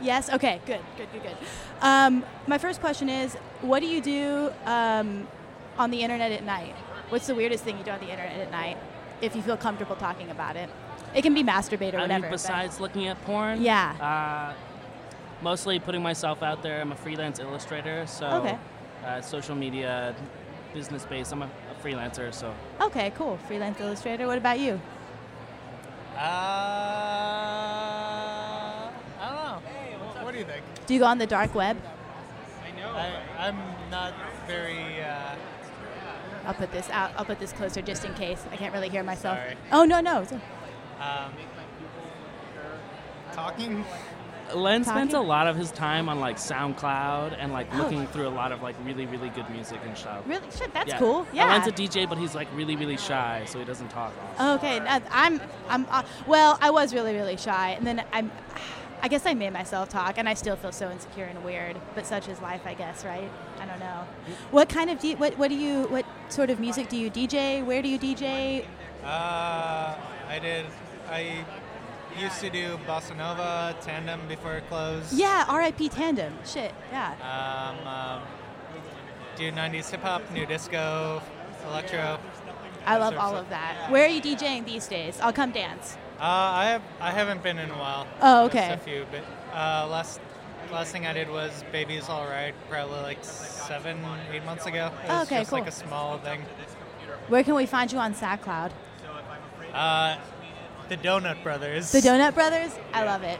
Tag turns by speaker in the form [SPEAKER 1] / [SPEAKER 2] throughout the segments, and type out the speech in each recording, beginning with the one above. [SPEAKER 1] Yes. Okay. Good. Good. Good. Good. Um, my first question is, what do you do um, on the internet at night? What's the weirdest thing you do on the internet at night? If you feel comfortable talking about it, it can be masturbate or
[SPEAKER 2] I
[SPEAKER 1] whatever.
[SPEAKER 2] mean,
[SPEAKER 1] but-
[SPEAKER 2] besides looking at porn,
[SPEAKER 1] Yeah.
[SPEAKER 2] Uh, mostly putting myself out there. I'm a freelance illustrator, so
[SPEAKER 1] Okay.
[SPEAKER 2] uh, social media, business based. I'm a, a freelancer, so
[SPEAKER 1] okay. Cool. Freelance illustrator. What about you?
[SPEAKER 3] Uh,
[SPEAKER 2] Uh,
[SPEAKER 3] I don't know. what, do you think?
[SPEAKER 1] Do you go on the dark web?
[SPEAKER 3] I, I'm not very. Uh,
[SPEAKER 1] I'll put this out. I'll put this closer just in case. I can't really hear myself.
[SPEAKER 3] Sorry.
[SPEAKER 1] Oh no no. It's-
[SPEAKER 3] um, talking.
[SPEAKER 2] Len spends a
[SPEAKER 1] Talking?
[SPEAKER 2] lot of his time on like SoundCloud and like
[SPEAKER 1] Oh.
[SPEAKER 2] looking through a lot of like really really good music and stuff.
[SPEAKER 1] Really? Shit. That's
[SPEAKER 2] Yeah.
[SPEAKER 1] cool.
[SPEAKER 2] Uh,
[SPEAKER 1] Yeah.
[SPEAKER 2] Len's a DJ, but he's like really really shy, so he doesn't talk. often.
[SPEAKER 1] Okay, no, I'm, I'm, uh, well, I was really, really shy, and then I'm, I guess I made myself talk, and I still feel so insecure and weird. But such is life, I guess, right? I don't know. What kind of, D- what, what do you, what sort of music do you DJ? Where do you DJ?
[SPEAKER 3] Uh, I did. I used to do bossa nova tandem before it closed.
[SPEAKER 1] Yeah, R.I.P. Tandem. Shit, yeah.
[SPEAKER 3] Um, um, do 90s hip hop, new disco, electro.
[SPEAKER 1] I love all of that. Where are you DJing these days? I'll come dance.
[SPEAKER 3] Uh, I have I haven't been in a while.
[SPEAKER 1] Oh,
[SPEAKER 3] Just
[SPEAKER 1] okay.
[SPEAKER 3] a few, but uh, last last thing I did was Baby's All Right, probably like seven, eight months ago. It was
[SPEAKER 1] Okay,
[SPEAKER 3] just like
[SPEAKER 1] cool.
[SPEAKER 3] a small thing.
[SPEAKER 1] Where can we find you on SoundCloud?
[SPEAKER 3] Uh, the Donut Brothers.
[SPEAKER 1] The Donut Brothers? I love it.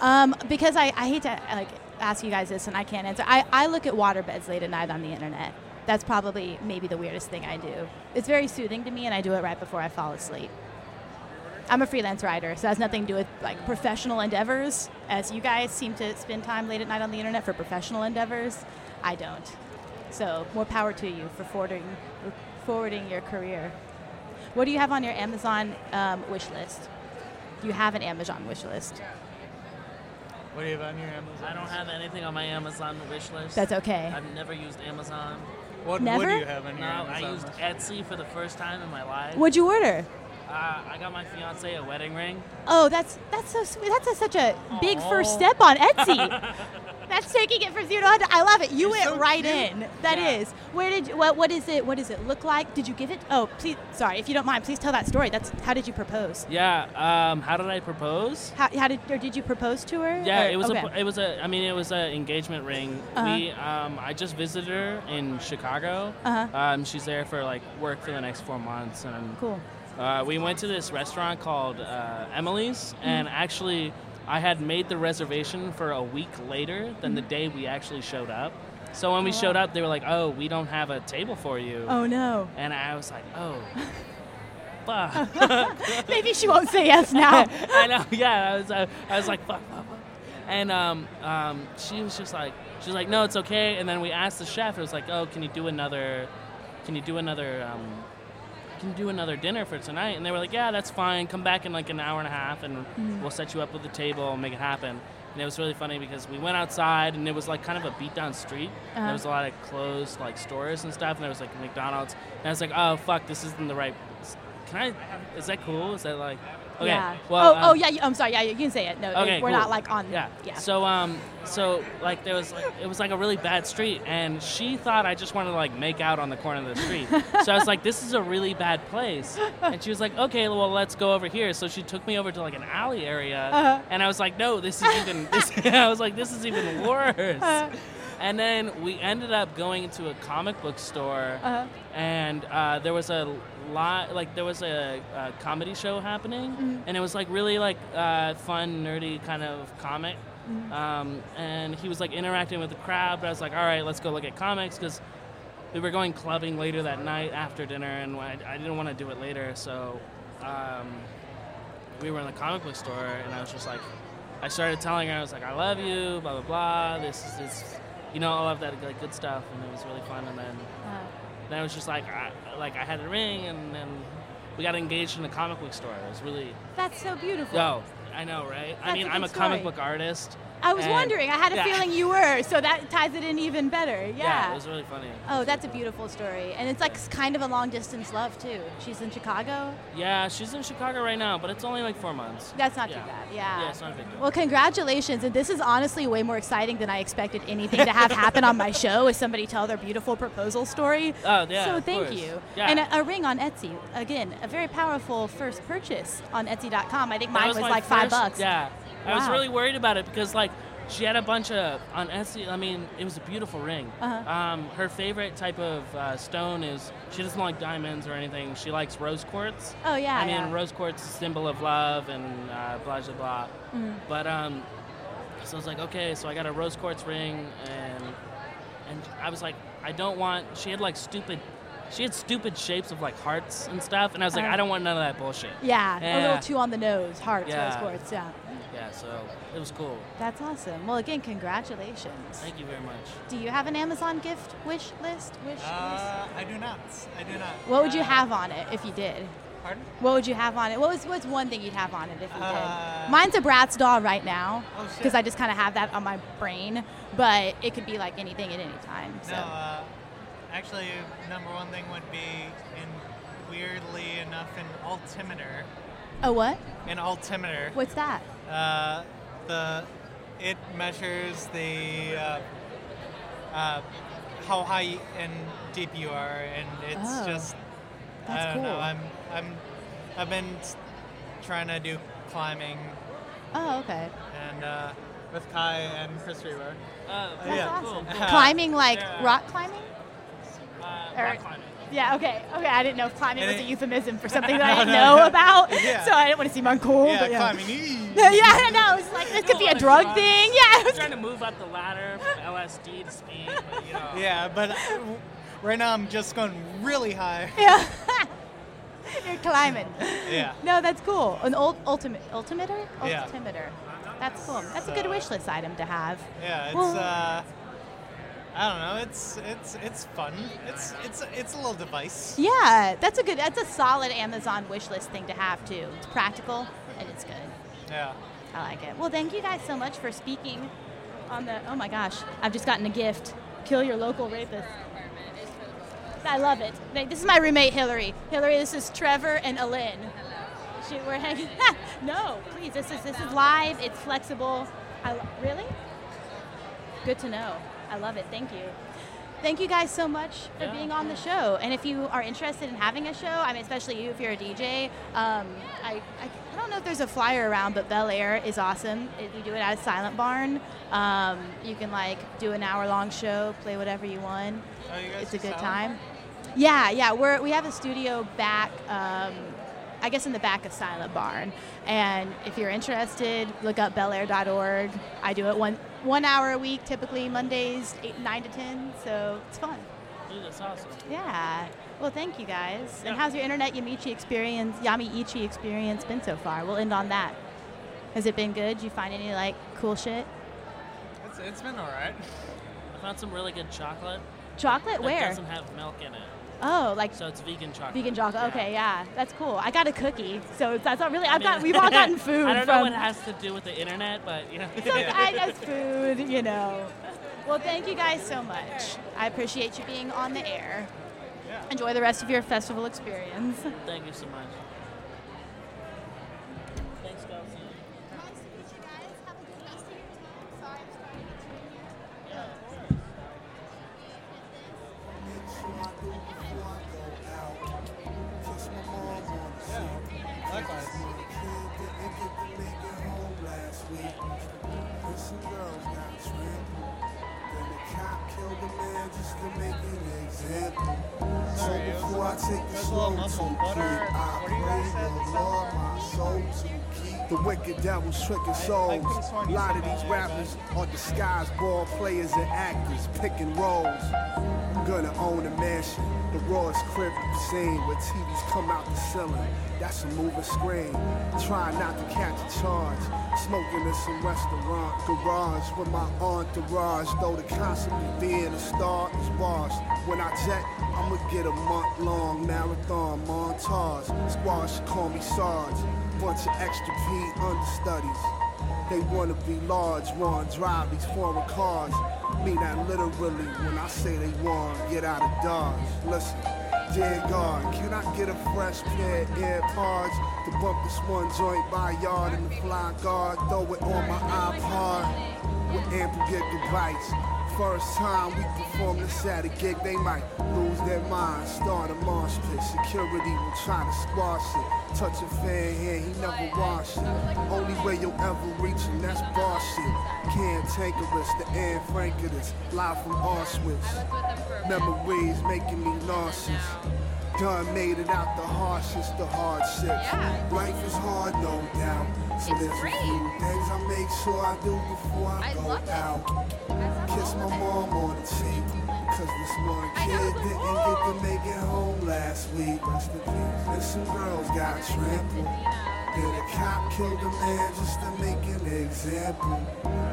[SPEAKER 1] Um, because I, I hate to like ask you guys this and I can't answer. I, I look at waterbeds late at night on the internet. That's probably maybe the weirdest thing I do. It's very soothing to me and I do it right before I fall asleep. I'm a freelance writer, so it has nothing to do with like professional endeavors. As you guys seem to spend time late at night on the internet for professional endeavors, I don't. So more power to you for forwarding, for forwarding your career. What do you have on your Amazon um, wish list? Do you have an Amazon wish list?
[SPEAKER 3] What do you have on your Amazon?
[SPEAKER 2] I don't have anything on my Amazon wish list.
[SPEAKER 1] That's okay.
[SPEAKER 2] I've never used Amazon.
[SPEAKER 3] What
[SPEAKER 1] Never?
[SPEAKER 3] would you have on
[SPEAKER 2] No,
[SPEAKER 3] your Amazon?
[SPEAKER 2] I used
[SPEAKER 3] list?
[SPEAKER 2] Etsy for the first time in my life.
[SPEAKER 1] What'd you order?
[SPEAKER 2] Uh, I got my fiance a wedding ring.
[SPEAKER 1] Oh, that's that's so sweet. That's a, such a big first
[SPEAKER 3] Aw.
[SPEAKER 1] step on Etsy. that's taking it from zero to hundred. I love it. You went
[SPEAKER 3] so
[SPEAKER 1] right
[SPEAKER 3] cute.
[SPEAKER 1] in. That is.
[SPEAKER 2] Yeah.
[SPEAKER 1] Where did you, what what is it? What does it look like? Did you give it? Oh, please. Sorry, if you don't mind, please tell that story. That's how did you propose?
[SPEAKER 2] Yeah. Um, how did I propose?
[SPEAKER 1] How, how did or did you propose to her?
[SPEAKER 2] Yeah,
[SPEAKER 1] Or-
[SPEAKER 2] it was
[SPEAKER 1] okay.
[SPEAKER 2] a it was a I mean it was an engagement ring.
[SPEAKER 1] Uh-huh.
[SPEAKER 2] We um, I just visited her in Chicago.
[SPEAKER 1] Uh-huh.
[SPEAKER 2] Um, she's there for like work for the next four months, and
[SPEAKER 1] cool.
[SPEAKER 2] uh, we went to this restaurant called uh, Emily's,
[SPEAKER 1] Mm-hmm.
[SPEAKER 2] and actually I had made the reservation for a week later than
[SPEAKER 1] Mm-hmm.
[SPEAKER 2] the day we actually showed up. So when we showed up, they were like, "Oh, we don't have a table for you,"
[SPEAKER 1] Oh no.
[SPEAKER 2] and I was like, "Oh." Fuck.
[SPEAKER 1] Maybe she won't say yes now.
[SPEAKER 2] I know. Yeah, I was, I, I was like, fuck, fuck, fuck. And um, um, she was just like, she was like, no, it's okay. And then we asked the chef. It was like, oh, can you do another? Can you do another? Um, can you do another dinner for tonight? And they were like, yeah, that's fine. Come back in like an hour and a half, and we'll set you up with a table and make it happen. And it was really funny because we went outside, and it was like kind of a beat down street. And
[SPEAKER 1] Uh-huh.
[SPEAKER 2] There was a lot of closed like stores and stuff, and there was like McDonald's. And I was like, oh fuck, this isn't the right. Can I? Is that cool? Is that like? Okay.
[SPEAKER 1] Yeah.
[SPEAKER 2] Well,
[SPEAKER 1] oh,
[SPEAKER 2] um,
[SPEAKER 1] oh yeah. You, I'm sorry. Yeah, you can say it. No,
[SPEAKER 2] Okay,
[SPEAKER 1] we're
[SPEAKER 2] cool.
[SPEAKER 1] not like on.
[SPEAKER 2] Yeah.
[SPEAKER 1] Yeah.
[SPEAKER 2] So um, so like there was like it was like a really bad street, and she thought I just wanted to like make out on the corner of the street. so I was like, this is a really bad place, and she was like, okay, well let's go over here. So she took me over to like an alley area,
[SPEAKER 1] Uh-huh.
[SPEAKER 2] and I was like, no, this is even. This, I was like, this is even worse.
[SPEAKER 1] Uh-huh.
[SPEAKER 2] And then we ended up going to a comic book store,
[SPEAKER 1] Uh-huh.
[SPEAKER 2] and uh, there was a lot, like there was a, a comedy show happening, and it was like really like uh, fun, nerdy kind of comic. Um, and he was like interacting with the crowd, but I was like, all right, let's go look at comics because we were going clubbing later that night after dinner, and I, I didn't want to do it later, so um, we were in the comic book store, and I was just like, I started telling her, I was like, I love you, blah blah blah. This is this, you know, all of that like, good stuff, and it was really fun. And then,
[SPEAKER 1] Uh,
[SPEAKER 2] then I was just like, I, like I had a ring, and then we got engaged in the comic book store. It was really,
[SPEAKER 1] that's so beautiful.
[SPEAKER 2] yo, I know, right?
[SPEAKER 1] That's
[SPEAKER 2] I mean,
[SPEAKER 1] a
[SPEAKER 2] I'm a
[SPEAKER 1] good
[SPEAKER 2] comic
[SPEAKER 1] story.
[SPEAKER 2] book artist,
[SPEAKER 1] I was
[SPEAKER 2] And-
[SPEAKER 1] wondering. I had a
[SPEAKER 2] yeah.
[SPEAKER 1] feeling you were, so that ties it in even better. Yeah.
[SPEAKER 2] it was really funny.
[SPEAKER 1] oh, that's a beautiful story, and it's like s- kind of a long distance love too. She's in Chicago.
[SPEAKER 2] Yeah, she's in Chicago right now, but it's only like four months.
[SPEAKER 1] That's not
[SPEAKER 2] Yeah.
[SPEAKER 1] too bad. Yeah.
[SPEAKER 2] Yeah, it's not a big deal.
[SPEAKER 1] Well, congratulations, and this is honestly way more exciting than I expected anything to have happen on my show. Is somebody tell their beautiful proposal story?
[SPEAKER 2] Oh, yeah,
[SPEAKER 1] So
[SPEAKER 2] of
[SPEAKER 1] thank
[SPEAKER 2] course.
[SPEAKER 1] you.
[SPEAKER 2] Yeah.
[SPEAKER 1] And a, a ring on Etsy. Again, a very powerful first purchase on Etsy.com. I think
[SPEAKER 2] That
[SPEAKER 1] mine was,
[SPEAKER 2] my
[SPEAKER 1] like five
[SPEAKER 2] first-
[SPEAKER 1] bucks.
[SPEAKER 2] Yeah, I was
[SPEAKER 1] Wow.
[SPEAKER 2] really worried about it because like she had a bunch of on Etsy. I mean, it was a beautiful ring.
[SPEAKER 1] Uh-huh.
[SPEAKER 2] Um, her favorite type of uh, stone is she doesn't like diamonds or anything. She likes rose quartz.
[SPEAKER 1] Oh yeah.
[SPEAKER 2] I mean,
[SPEAKER 1] yeah.
[SPEAKER 2] rose quartz is a symbol of love and uh, blah blah blah.
[SPEAKER 1] Mm.
[SPEAKER 2] But um, so I was like, okay, so I got a rose quartz ring, and and I was like, I don't want. She had like stupid, she had stupid shapes of like hearts and stuff, and I was like,
[SPEAKER 1] Uh-huh.
[SPEAKER 2] I don't want none of that bullshit.
[SPEAKER 1] Yeah, a
[SPEAKER 2] Yeah.
[SPEAKER 1] little too on the nose, hearts,
[SPEAKER 2] Yeah.
[SPEAKER 1] rose quartz. Yeah,
[SPEAKER 2] Yeah, so it was cool.
[SPEAKER 1] that's awesome. Well, again, congratulations.
[SPEAKER 2] Thank you very much.
[SPEAKER 1] Do you have an Amazon gift wish list? Wish list.
[SPEAKER 3] Uh, I do not. I do not.
[SPEAKER 1] What would you
[SPEAKER 3] Uh,
[SPEAKER 1] have on it if you did?
[SPEAKER 3] Pardon?
[SPEAKER 1] What would you have on it? What was what's one thing you'd have on it if you
[SPEAKER 3] Uh,
[SPEAKER 1] did? Mine's a Bratz doll right now
[SPEAKER 3] Oh, shit.
[SPEAKER 1] because I just kind of have that on my brain, but it could be like anything at any time. So.
[SPEAKER 3] No. Uh, actually, number one thing would be, in weirdly enough, an altimeter.
[SPEAKER 1] a what?
[SPEAKER 3] An altimeter.
[SPEAKER 1] What's that?
[SPEAKER 3] Uh, the it measures the uh, uh, how high and deep you are, and it's
[SPEAKER 1] Oh,
[SPEAKER 3] just
[SPEAKER 1] that's
[SPEAKER 3] I don't know.
[SPEAKER 1] cool.
[SPEAKER 3] I'm I'm I've been s- trying to do climbing
[SPEAKER 1] Oh, okay.
[SPEAKER 3] and uh, with Kai and Chris Reber.
[SPEAKER 2] Uh,
[SPEAKER 1] Oh, That's
[SPEAKER 3] Oh, Yeah.
[SPEAKER 1] awesome.
[SPEAKER 3] Cool. Uh,
[SPEAKER 1] Climbing like
[SPEAKER 2] Yeah.
[SPEAKER 1] rock climbing? All right. Yeah, okay. Okay, I didn't know if climbing
[SPEAKER 3] And
[SPEAKER 1] was a
[SPEAKER 3] it-
[SPEAKER 1] euphemism for something that I
[SPEAKER 3] No,
[SPEAKER 1] didn't
[SPEAKER 3] no,
[SPEAKER 1] know
[SPEAKER 3] no.
[SPEAKER 1] about.
[SPEAKER 3] Yeah.
[SPEAKER 1] So I didn't want to seem uncool.
[SPEAKER 3] yeah,
[SPEAKER 1] but yeah.
[SPEAKER 3] climbing.
[SPEAKER 1] yeah, I know. It's like this could be a drug thing. Yeah.
[SPEAKER 2] uh, I'm trying to move up the ladder from LSD to speed, but you know.
[SPEAKER 3] yeah, but
[SPEAKER 4] uh,
[SPEAKER 3] I- right now I'm just going really high.
[SPEAKER 1] yeah. You're climbing.
[SPEAKER 3] Yeah.
[SPEAKER 1] No, that's cool. An ult- ultimate ultimeter?
[SPEAKER 3] Yeah.
[SPEAKER 1] Altimeter. That's cool. That's a good
[SPEAKER 3] So-
[SPEAKER 1] wish list item to have.
[SPEAKER 3] Yeah, it's
[SPEAKER 1] Well-
[SPEAKER 3] uh, I don't know. It's it's it's fun. It's it's it's a little device.
[SPEAKER 1] Yeah, that's a good that's a solid Amazon wish list thing to have too. It's practical and it's good.
[SPEAKER 3] Yeah.
[SPEAKER 1] I like it. Well, thank you guys so much for speaking on the. Oh my gosh, I've just gotten a gift. Kill your local rapist. I love it. Thank- This is my roommate Hillary. Hillary, this is Trevor and Alin. She, we're hanging. no, please. This is this is live. It's flexible. I lo- really. Good to know. I love it. Thank you. Thank you guys so much for
[SPEAKER 2] Yeah.
[SPEAKER 1] being on the show. And if you are interested in having a show, I mean, especially you if you're a DJ, um, I, I, I don't know if there's a flyer around, but Bel Air is awesome. It, we do it at a silent barn. Um, you can like do an hour long show, play whatever you want.
[SPEAKER 3] Oh, you guys
[SPEAKER 1] It's a
[SPEAKER 3] do
[SPEAKER 1] good time.
[SPEAKER 3] silent
[SPEAKER 1] Yeah, yeah. We're we have a studio back. Um, I guess in the back of Silent Barn. And if you're interested, look up belair.org. I do it one one hour a week, typically Mondays, eight nine to ten. So it's fun.
[SPEAKER 2] Dude, that's awesome.
[SPEAKER 1] Yeah. Well, thank you guys. And
[SPEAKER 2] Yeah.
[SPEAKER 1] how's your internet Yamichi experience, Yamiichi experience been so far? We'll end on that. Has it been good? Did you find any like cool shit?
[SPEAKER 3] It's, it's been alright.
[SPEAKER 2] I found some really good chocolate
[SPEAKER 1] Chocolate?
[SPEAKER 2] that
[SPEAKER 1] Where?
[SPEAKER 2] doesn't have milk in it,
[SPEAKER 1] Oh, like
[SPEAKER 2] so it's vegan chocolate.
[SPEAKER 1] vegan chocolate.
[SPEAKER 2] Yeah.
[SPEAKER 1] Okay, yeah, that's cool. I got a cookie, so that's not really. I've
[SPEAKER 2] I
[SPEAKER 1] got.
[SPEAKER 2] mean-
[SPEAKER 1] We've all gotten food
[SPEAKER 2] I don't know
[SPEAKER 1] from.
[SPEAKER 2] what it has to do with the internet, but you know.
[SPEAKER 1] so I that's food, you know. Well, thank you guys so much. I appreciate you being on the air.
[SPEAKER 3] Yeah.
[SPEAKER 1] Enjoy the rest of your festival experience.
[SPEAKER 2] Thank you so much. Thanks, guys.
[SPEAKER 5] Nice to meet you guys. Have a good rest of your time. Sorry I'm starting at 2 a.m.
[SPEAKER 3] Likewise. Sorry, it was,
[SPEAKER 6] Before I take the
[SPEAKER 3] was
[SPEAKER 6] slow
[SPEAKER 3] a little
[SPEAKER 6] to
[SPEAKER 3] muffled. What are- what do you guys
[SPEAKER 6] I pray
[SPEAKER 3] have to
[SPEAKER 6] the
[SPEAKER 3] say?
[SPEAKER 6] Lord my soul to keep. The wicked devil's tricking souls.
[SPEAKER 3] could've sworn
[SPEAKER 6] A
[SPEAKER 3] you
[SPEAKER 6] lot
[SPEAKER 3] said
[SPEAKER 6] of these
[SPEAKER 3] that,
[SPEAKER 6] rappers are disguised ball players and actors, picking roles. I'm gonna own a mansion, the rawest crib you've seen, where TVs come out the ceiling. That's a moving screen. Try not to catch a charge. Smoking in some restaurant garage with my entourage, though the concept of being a star is bars. When I jet, I'ma get a month long marathon montage. Squash, call me Sarge. Bunch of extra P understudies. They wanna be large ones, drive these foreign cars. Mean that literally when I say they want get out of Dodge. Listen, dear God, can I get a fresh pair of AirPods to bump this one joint by yard and the fly guard? Throw it on my iPod with ample gigabytes. First time we perform this at a gig, they might lose their mind, start a marsh pit. Security will try to squash it. Touch a fan hand, he never wash it. Only way you'll ever reach him, that's bar shit. Cantankerous, the Anne Frank of this, live from Auschwitz. Memories making me nauseous. Done made it out the harshest, the hardships.
[SPEAKER 7] Yeah.
[SPEAKER 6] Life is hard, no doubt. So
[SPEAKER 7] It's
[SPEAKER 6] there's a
[SPEAKER 7] great.
[SPEAKER 6] few things I make sure I do before I,
[SPEAKER 7] I
[SPEAKER 6] go
[SPEAKER 7] love it.
[SPEAKER 6] out. Kiss my mom on the cheek. Cause this one
[SPEAKER 7] I know,
[SPEAKER 6] kid
[SPEAKER 7] it's like,
[SPEAKER 6] didn't get to make it home last week. Rest in peace. And some girls got trampled. Then a cop killed a man just to make an example.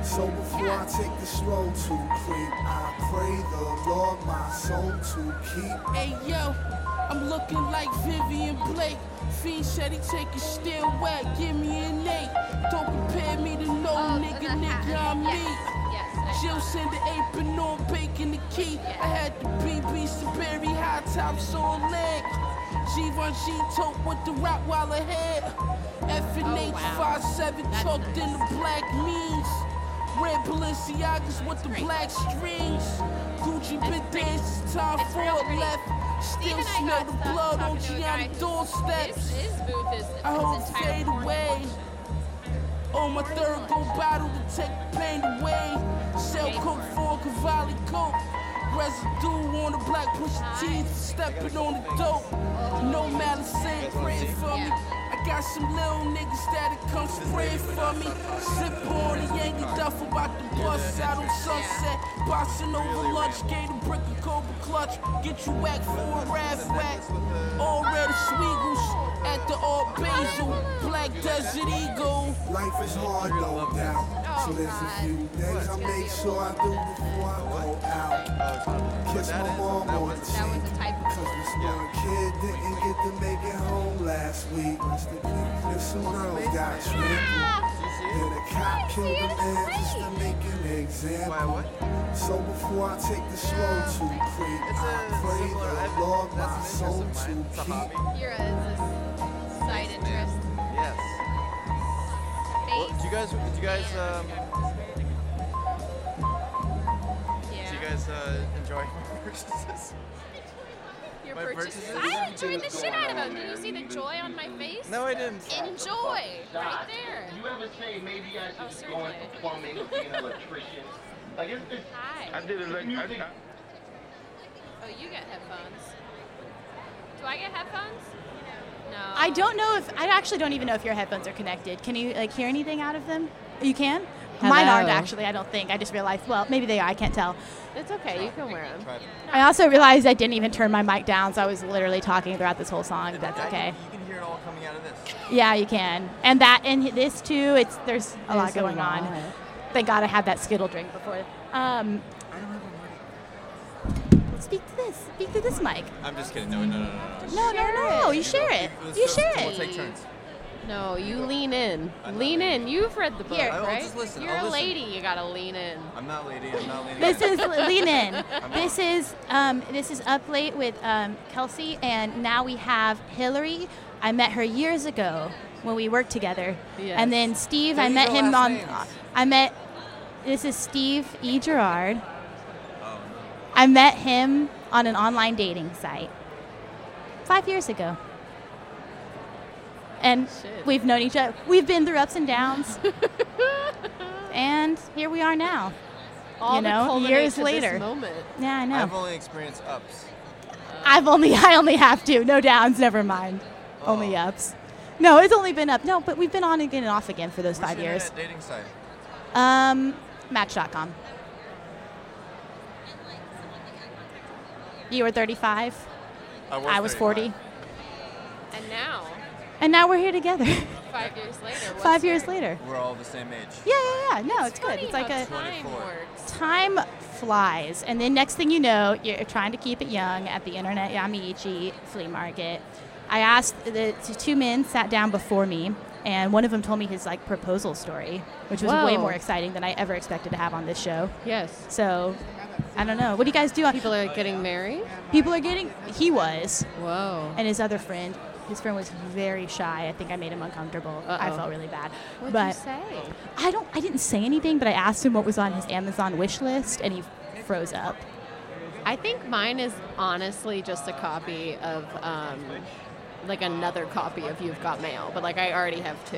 [SPEAKER 6] So before I take the stroll to creep, I pray the Lord my soul to keep.
[SPEAKER 8] Hey yo, I'm looking like Vivian Blake. Fiend said he take it still wet. Give me an eight. Don't compare me to no
[SPEAKER 7] Oh, the
[SPEAKER 8] nigga,
[SPEAKER 7] hat.
[SPEAKER 8] nigga, I'm
[SPEAKER 7] yes,
[SPEAKER 8] me.
[SPEAKER 7] Yes. I-
[SPEAKER 8] Jill send the ape and on bacon the key. I had the BB Saberi high tops on leg. G Von G tote with the Rottweiler head. F and H
[SPEAKER 7] Oh, wow.
[SPEAKER 8] five seven
[SPEAKER 7] That's
[SPEAKER 8] tucked in
[SPEAKER 7] nice.
[SPEAKER 8] the black means. Red Balenciagas with the black strings. Gucci bit dance, time
[SPEAKER 7] It's
[SPEAKER 8] for
[SPEAKER 7] real
[SPEAKER 8] it
[SPEAKER 7] pretty.
[SPEAKER 8] left. Still
[SPEAKER 7] Even I
[SPEAKER 8] smell
[SPEAKER 7] got
[SPEAKER 8] the
[SPEAKER 7] stuck
[SPEAKER 8] blood on
[SPEAKER 7] talking to a guy
[SPEAKER 8] Gianni
[SPEAKER 7] who-
[SPEAKER 8] doorsteps.
[SPEAKER 7] His, his booth is
[SPEAKER 8] I hope
[SPEAKER 7] his entire
[SPEAKER 8] fade
[SPEAKER 7] porn
[SPEAKER 8] away.
[SPEAKER 7] collection.
[SPEAKER 8] On my third gold bottle to take the pain away. Sell
[SPEAKER 7] Pay
[SPEAKER 8] coke
[SPEAKER 7] for
[SPEAKER 8] for a Cavalli coke. Residue on the black push teeth, stepping on the dope. No matter saying praying for me. I got some little niggas that come spraying for me. Sip on the Yankee duff about the bus out on sunset. Bossing over lunch, gave a brick and cobra clutch. Get you whack for a raft whack. All red sweegles at the all basil. Black desert eagle.
[SPEAKER 6] Life is hard, no doubt. So
[SPEAKER 7] Oh,
[SPEAKER 6] there's a few things I make sure I do before I go out. Kiss my mom on the
[SPEAKER 7] That was a
[SPEAKER 6] cheek.
[SPEAKER 7] type
[SPEAKER 6] Cause this one kid didn't get to make it home last week. Rest in peace. And some girls got trampled. Then a cop killed a man just to make an example. So before I take the stroll to creep, I pray the Lord my soul to keep.
[SPEAKER 7] Here is this side interest.
[SPEAKER 9] Yes. Well,
[SPEAKER 7] Face.
[SPEAKER 9] do you guys? Do you guys? Um,
[SPEAKER 7] yeah.
[SPEAKER 9] do you guys uh, enjoy my purchases?
[SPEAKER 7] Your
[SPEAKER 9] my
[SPEAKER 7] purchases.
[SPEAKER 9] purchases?
[SPEAKER 7] I enjoyed the shit out of them. Did you see the joy on my face?
[SPEAKER 9] No, I didn't.
[SPEAKER 7] Enjoy right there.
[SPEAKER 10] You ever say maybe I
[SPEAKER 7] Oh,
[SPEAKER 10] should just go
[SPEAKER 7] certainly.
[SPEAKER 10] into plumbing or be an electrician? Like it's, it's
[SPEAKER 7] Hi.
[SPEAKER 10] did elect- music. I,
[SPEAKER 7] Oh, you got headphones. Do I get headphones? No.
[SPEAKER 1] I don't know if I actually don't even know if your headphones are connected. Can you like hear anything out of them? You can. Mine
[SPEAKER 7] Hello.
[SPEAKER 1] aren't actually. I don't think. I just realized. Well, maybe they are. I can't tell.
[SPEAKER 7] It's okay. You can wear them.
[SPEAKER 1] I also realized I didn't even turn my mic down, so I was literally talking throughout this whole song. That's
[SPEAKER 9] I
[SPEAKER 1] okay.
[SPEAKER 9] Can, you can hear it all coming out of this.
[SPEAKER 1] Yeah, you can. And that and this too. It's there's a lot
[SPEAKER 7] There's a
[SPEAKER 1] going
[SPEAKER 7] lot.
[SPEAKER 1] on. Thank God I had that Skittle drink before. Um, speak to this. Speak to this mic.
[SPEAKER 9] I'm just kidding. No, no, no, no.
[SPEAKER 1] No, no, no. Oh, You share it. You share
[SPEAKER 9] We'll
[SPEAKER 1] it.
[SPEAKER 9] take turns.
[SPEAKER 7] No, you lean in. Lean in. You've read the book,
[SPEAKER 1] Here.
[SPEAKER 9] I'll
[SPEAKER 7] right?
[SPEAKER 9] just listen.
[SPEAKER 7] You're
[SPEAKER 9] I'll
[SPEAKER 7] a
[SPEAKER 9] listen.
[SPEAKER 7] lady. You gotta lean in.
[SPEAKER 9] I'm not lady. I'm not lady.
[SPEAKER 1] This is lean in. This is um, this is up late with um, Kelsey, and now we have Hillary. I met her years ago when we worked together,
[SPEAKER 7] Yes.
[SPEAKER 1] and then Steve.
[SPEAKER 9] There
[SPEAKER 1] I
[SPEAKER 9] you
[SPEAKER 1] met
[SPEAKER 9] go,
[SPEAKER 1] him
[SPEAKER 9] last
[SPEAKER 1] on.
[SPEAKER 9] names.
[SPEAKER 1] I met. This is Steve E. Gerard. I met him on an online dating site five years ago. And
[SPEAKER 7] Shit.
[SPEAKER 1] we've known each other. We've been through ups and downs. and here we are now.
[SPEAKER 7] All
[SPEAKER 1] You
[SPEAKER 7] that
[SPEAKER 1] know,
[SPEAKER 7] culminates
[SPEAKER 1] years
[SPEAKER 7] to this
[SPEAKER 1] later.
[SPEAKER 7] moment.
[SPEAKER 1] Yeah, I know.
[SPEAKER 9] I've only experienced ups.
[SPEAKER 1] I've only I only have two. No downs, never mind.
[SPEAKER 9] Oh.
[SPEAKER 1] Only ups. No, it's only been up. No, but we've been on again and off again for those
[SPEAKER 9] What's
[SPEAKER 1] five
[SPEAKER 9] your
[SPEAKER 1] years.
[SPEAKER 9] internet Dating site.
[SPEAKER 1] Um, Match.com. You were 35.
[SPEAKER 9] I was,
[SPEAKER 1] I was 40.
[SPEAKER 9] 35.
[SPEAKER 7] And now,
[SPEAKER 1] And now we're here together.
[SPEAKER 7] five years later. what's
[SPEAKER 1] five years
[SPEAKER 7] your-
[SPEAKER 1] later.
[SPEAKER 9] We're all the same age.
[SPEAKER 1] Yeah, yeah, yeah. No, it's, good.
[SPEAKER 7] Funny
[SPEAKER 1] It's like
[SPEAKER 7] how
[SPEAKER 1] a
[SPEAKER 7] time
[SPEAKER 9] 24.
[SPEAKER 7] works.
[SPEAKER 1] time flies, and then next thing you know, you're trying to keep it young at the Internet Yamaichi flea market. I asked the t- two men sat down before me. and one of them told me his like proposal story, which was way
[SPEAKER 7] Whoa.
[SPEAKER 1] more exciting than I ever expected to have on this show.
[SPEAKER 7] Yes.
[SPEAKER 1] So I don't know. What do you guys do? On,
[SPEAKER 7] People are getting married.
[SPEAKER 1] people are getting. He was,
[SPEAKER 7] Whoa.
[SPEAKER 1] and his other friend. His friend was very shy. I think I made him uncomfortable. I
[SPEAKER 7] Uh-oh.
[SPEAKER 1] felt really bad.
[SPEAKER 7] What'd
[SPEAKER 1] but
[SPEAKER 7] you say?
[SPEAKER 1] I don't. I didn't say anything, but I asked him what was on his Amazon wish list, and he froze up.
[SPEAKER 7] I think mine is honestly just a copy of, um, like another copy of You've Got Mail, but like I already have two.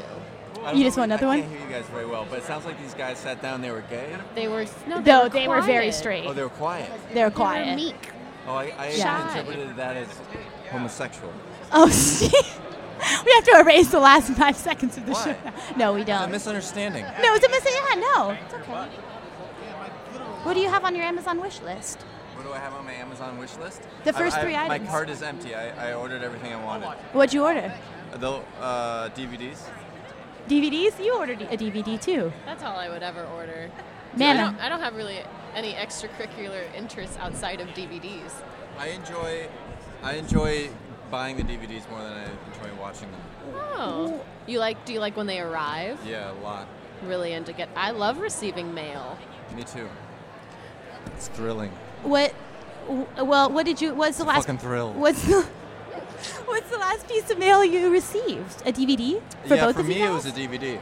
[SPEAKER 9] I
[SPEAKER 1] You
[SPEAKER 9] don't
[SPEAKER 1] just
[SPEAKER 9] know-
[SPEAKER 1] want another
[SPEAKER 9] I
[SPEAKER 1] one?
[SPEAKER 9] can't hear you guys very well, but it sounds like these guys sat down. They were gay.
[SPEAKER 7] They were no, they,
[SPEAKER 1] Though
[SPEAKER 7] were,
[SPEAKER 1] they were very
[SPEAKER 7] quiet.
[SPEAKER 1] straight.
[SPEAKER 9] Oh, they were quiet.
[SPEAKER 1] They're
[SPEAKER 7] They were
[SPEAKER 1] quiet.
[SPEAKER 7] meek.
[SPEAKER 9] Oh, I, I
[SPEAKER 1] Shy.
[SPEAKER 9] interpreted that as homosexual.
[SPEAKER 1] Oh, shit. we have to erase the last five seconds of the
[SPEAKER 9] Why?
[SPEAKER 1] show. No, we
[SPEAKER 9] A
[SPEAKER 1] don't.
[SPEAKER 9] misunderstanding.
[SPEAKER 1] no, it's a miss. Yeah, no. It's okay. What do you have on your Amazon wish list?
[SPEAKER 9] What do I have on my Amazon wish list?
[SPEAKER 1] The
[SPEAKER 9] I-
[SPEAKER 1] first
[SPEAKER 9] I-
[SPEAKER 1] three items.
[SPEAKER 9] My cart is empty. I, I ordered everything I wanted.
[SPEAKER 1] What'd you order?
[SPEAKER 9] The uh, DVDs.
[SPEAKER 1] DVDs? You ordered a DVD too.
[SPEAKER 7] That's all I would ever order.
[SPEAKER 1] Man,
[SPEAKER 7] I don't, I don't have really any extracurricular interests outside of DVDs.
[SPEAKER 9] I enjoy, I enjoy buying the DVDs more than I enjoy watching them.
[SPEAKER 7] Oh, you like? Do you like when they arrive?
[SPEAKER 9] Yeah, a lot.
[SPEAKER 7] Really into get. I love receiving mail.
[SPEAKER 9] Me too. It's thrilling.
[SPEAKER 1] what? w- Uh, Well, what did you? What's the
[SPEAKER 9] a
[SPEAKER 1] last?
[SPEAKER 9] fucking thrill.
[SPEAKER 1] What's the? What's the last piece of mail you received? A DVD for
[SPEAKER 9] yeah,
[SPEAKER 1] both
[SPEAKER 9] for
[SPEAKER 1] of
[SPEAKER 9] me
[SPEAKER 1] you guys?
[SPEAKER 9] it was a DVD.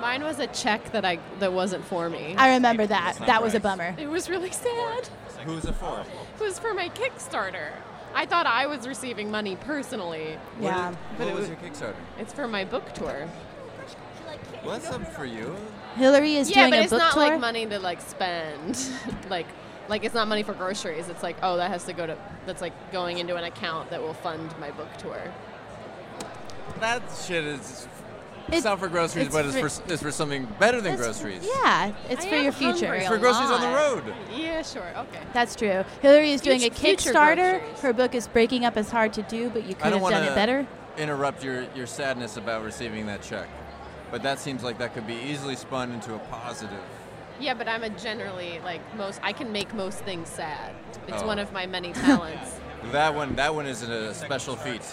[SPEAKER 7] Mine was a check that I that wasn't for me.
[SPEAKER 1] I remember that.
[SPEAKER 9] That's not
[SPEAKER 1] That was a
[SPEAKER 9] right.
[SPEAKER 1] bummer.
[SPEAKER 7] it was really sad.
[SPEAKER 9] Who's it for?
[SPEAKER 7] It was for my Kickstarter. I thought I was receiving money personally.
[SPEAKER 1] Yeah.
[SPEAKER 9] What
[SPEAKER 7] it
[SPEAKER 9] was
[SPEAKER 7] was-
[SPEAKER 9] your Kickstarter?
[SPEAKER 7] It's for my book tour.
[SPEAKER 9] Well, that's something for you.
[SPEAKER 1] Hillary is
[SPEAKER 7] yeah,
[SPEAKER 1] doing
[SPEAKER 7] but
[SPEAKER 1] a
[SPEAKER 7] it's
[SPEAKER 1] book
[SPEAKER 7] not
[SPEAKER 1] tour.
[SPEAKER 7] like money to like spend. like like it's not money for groceries. It's like, oh, that has to go to that's like going into an account that will fund my book tour.
[SPEAKER 9] That shit is.
[SPEAKER 1] It's-
[SPEAKER 9] It's not for groceries,
[SPEAKER 1] it's
[SPEAKER 9] but it's
[SPEAKER 1] for-
[SPEAKER 9] for, it's for something better than
[SPEAKER 1] That's-
[SPEAKER 9] groceries.
[SPEAKER 1] Yeah, it's
[SPEAKER 7] I
[SPEAKER 1] for
[SPEAKER 7] am
[SPEAKER 1] your future.
[SPEAKER 7] hungry
[SPEAKER 9] It's
[SPEAKER 7] a
[SPEAKER 9] for groceries on the
[SPEAKER 7] lot.
[SPEAKER 9] road.
[SPEAKER 7] Yeah, sure. Okay.
[SPEAKER 1] That's true. Hillary is doing a
[SPEAKER 7] Future- future
[SPEAKER 1] Kickstarter.
[SPEAKER 7] groceries.
[SPEAKER 1] Her book is Breaking Up is Hard to Do, but you could
[SPEAKER 9] I
[SPEAKER 1] have
[SPEAKER 9] don't want
[SPEAKER 1] done it better.
[SPEAKER 9] to interrupt your, your sadness about receiving that check, but that seems like that could be easily spun into a positive.
[SPEAKER 7] Yeah, but I'm a generally like most. I can make most things sad. It's
[SPEAKER 9] Oh.
[SPEAKER 7] one of my many talents.
[SPEAKER 9] That one, that one is a special feat.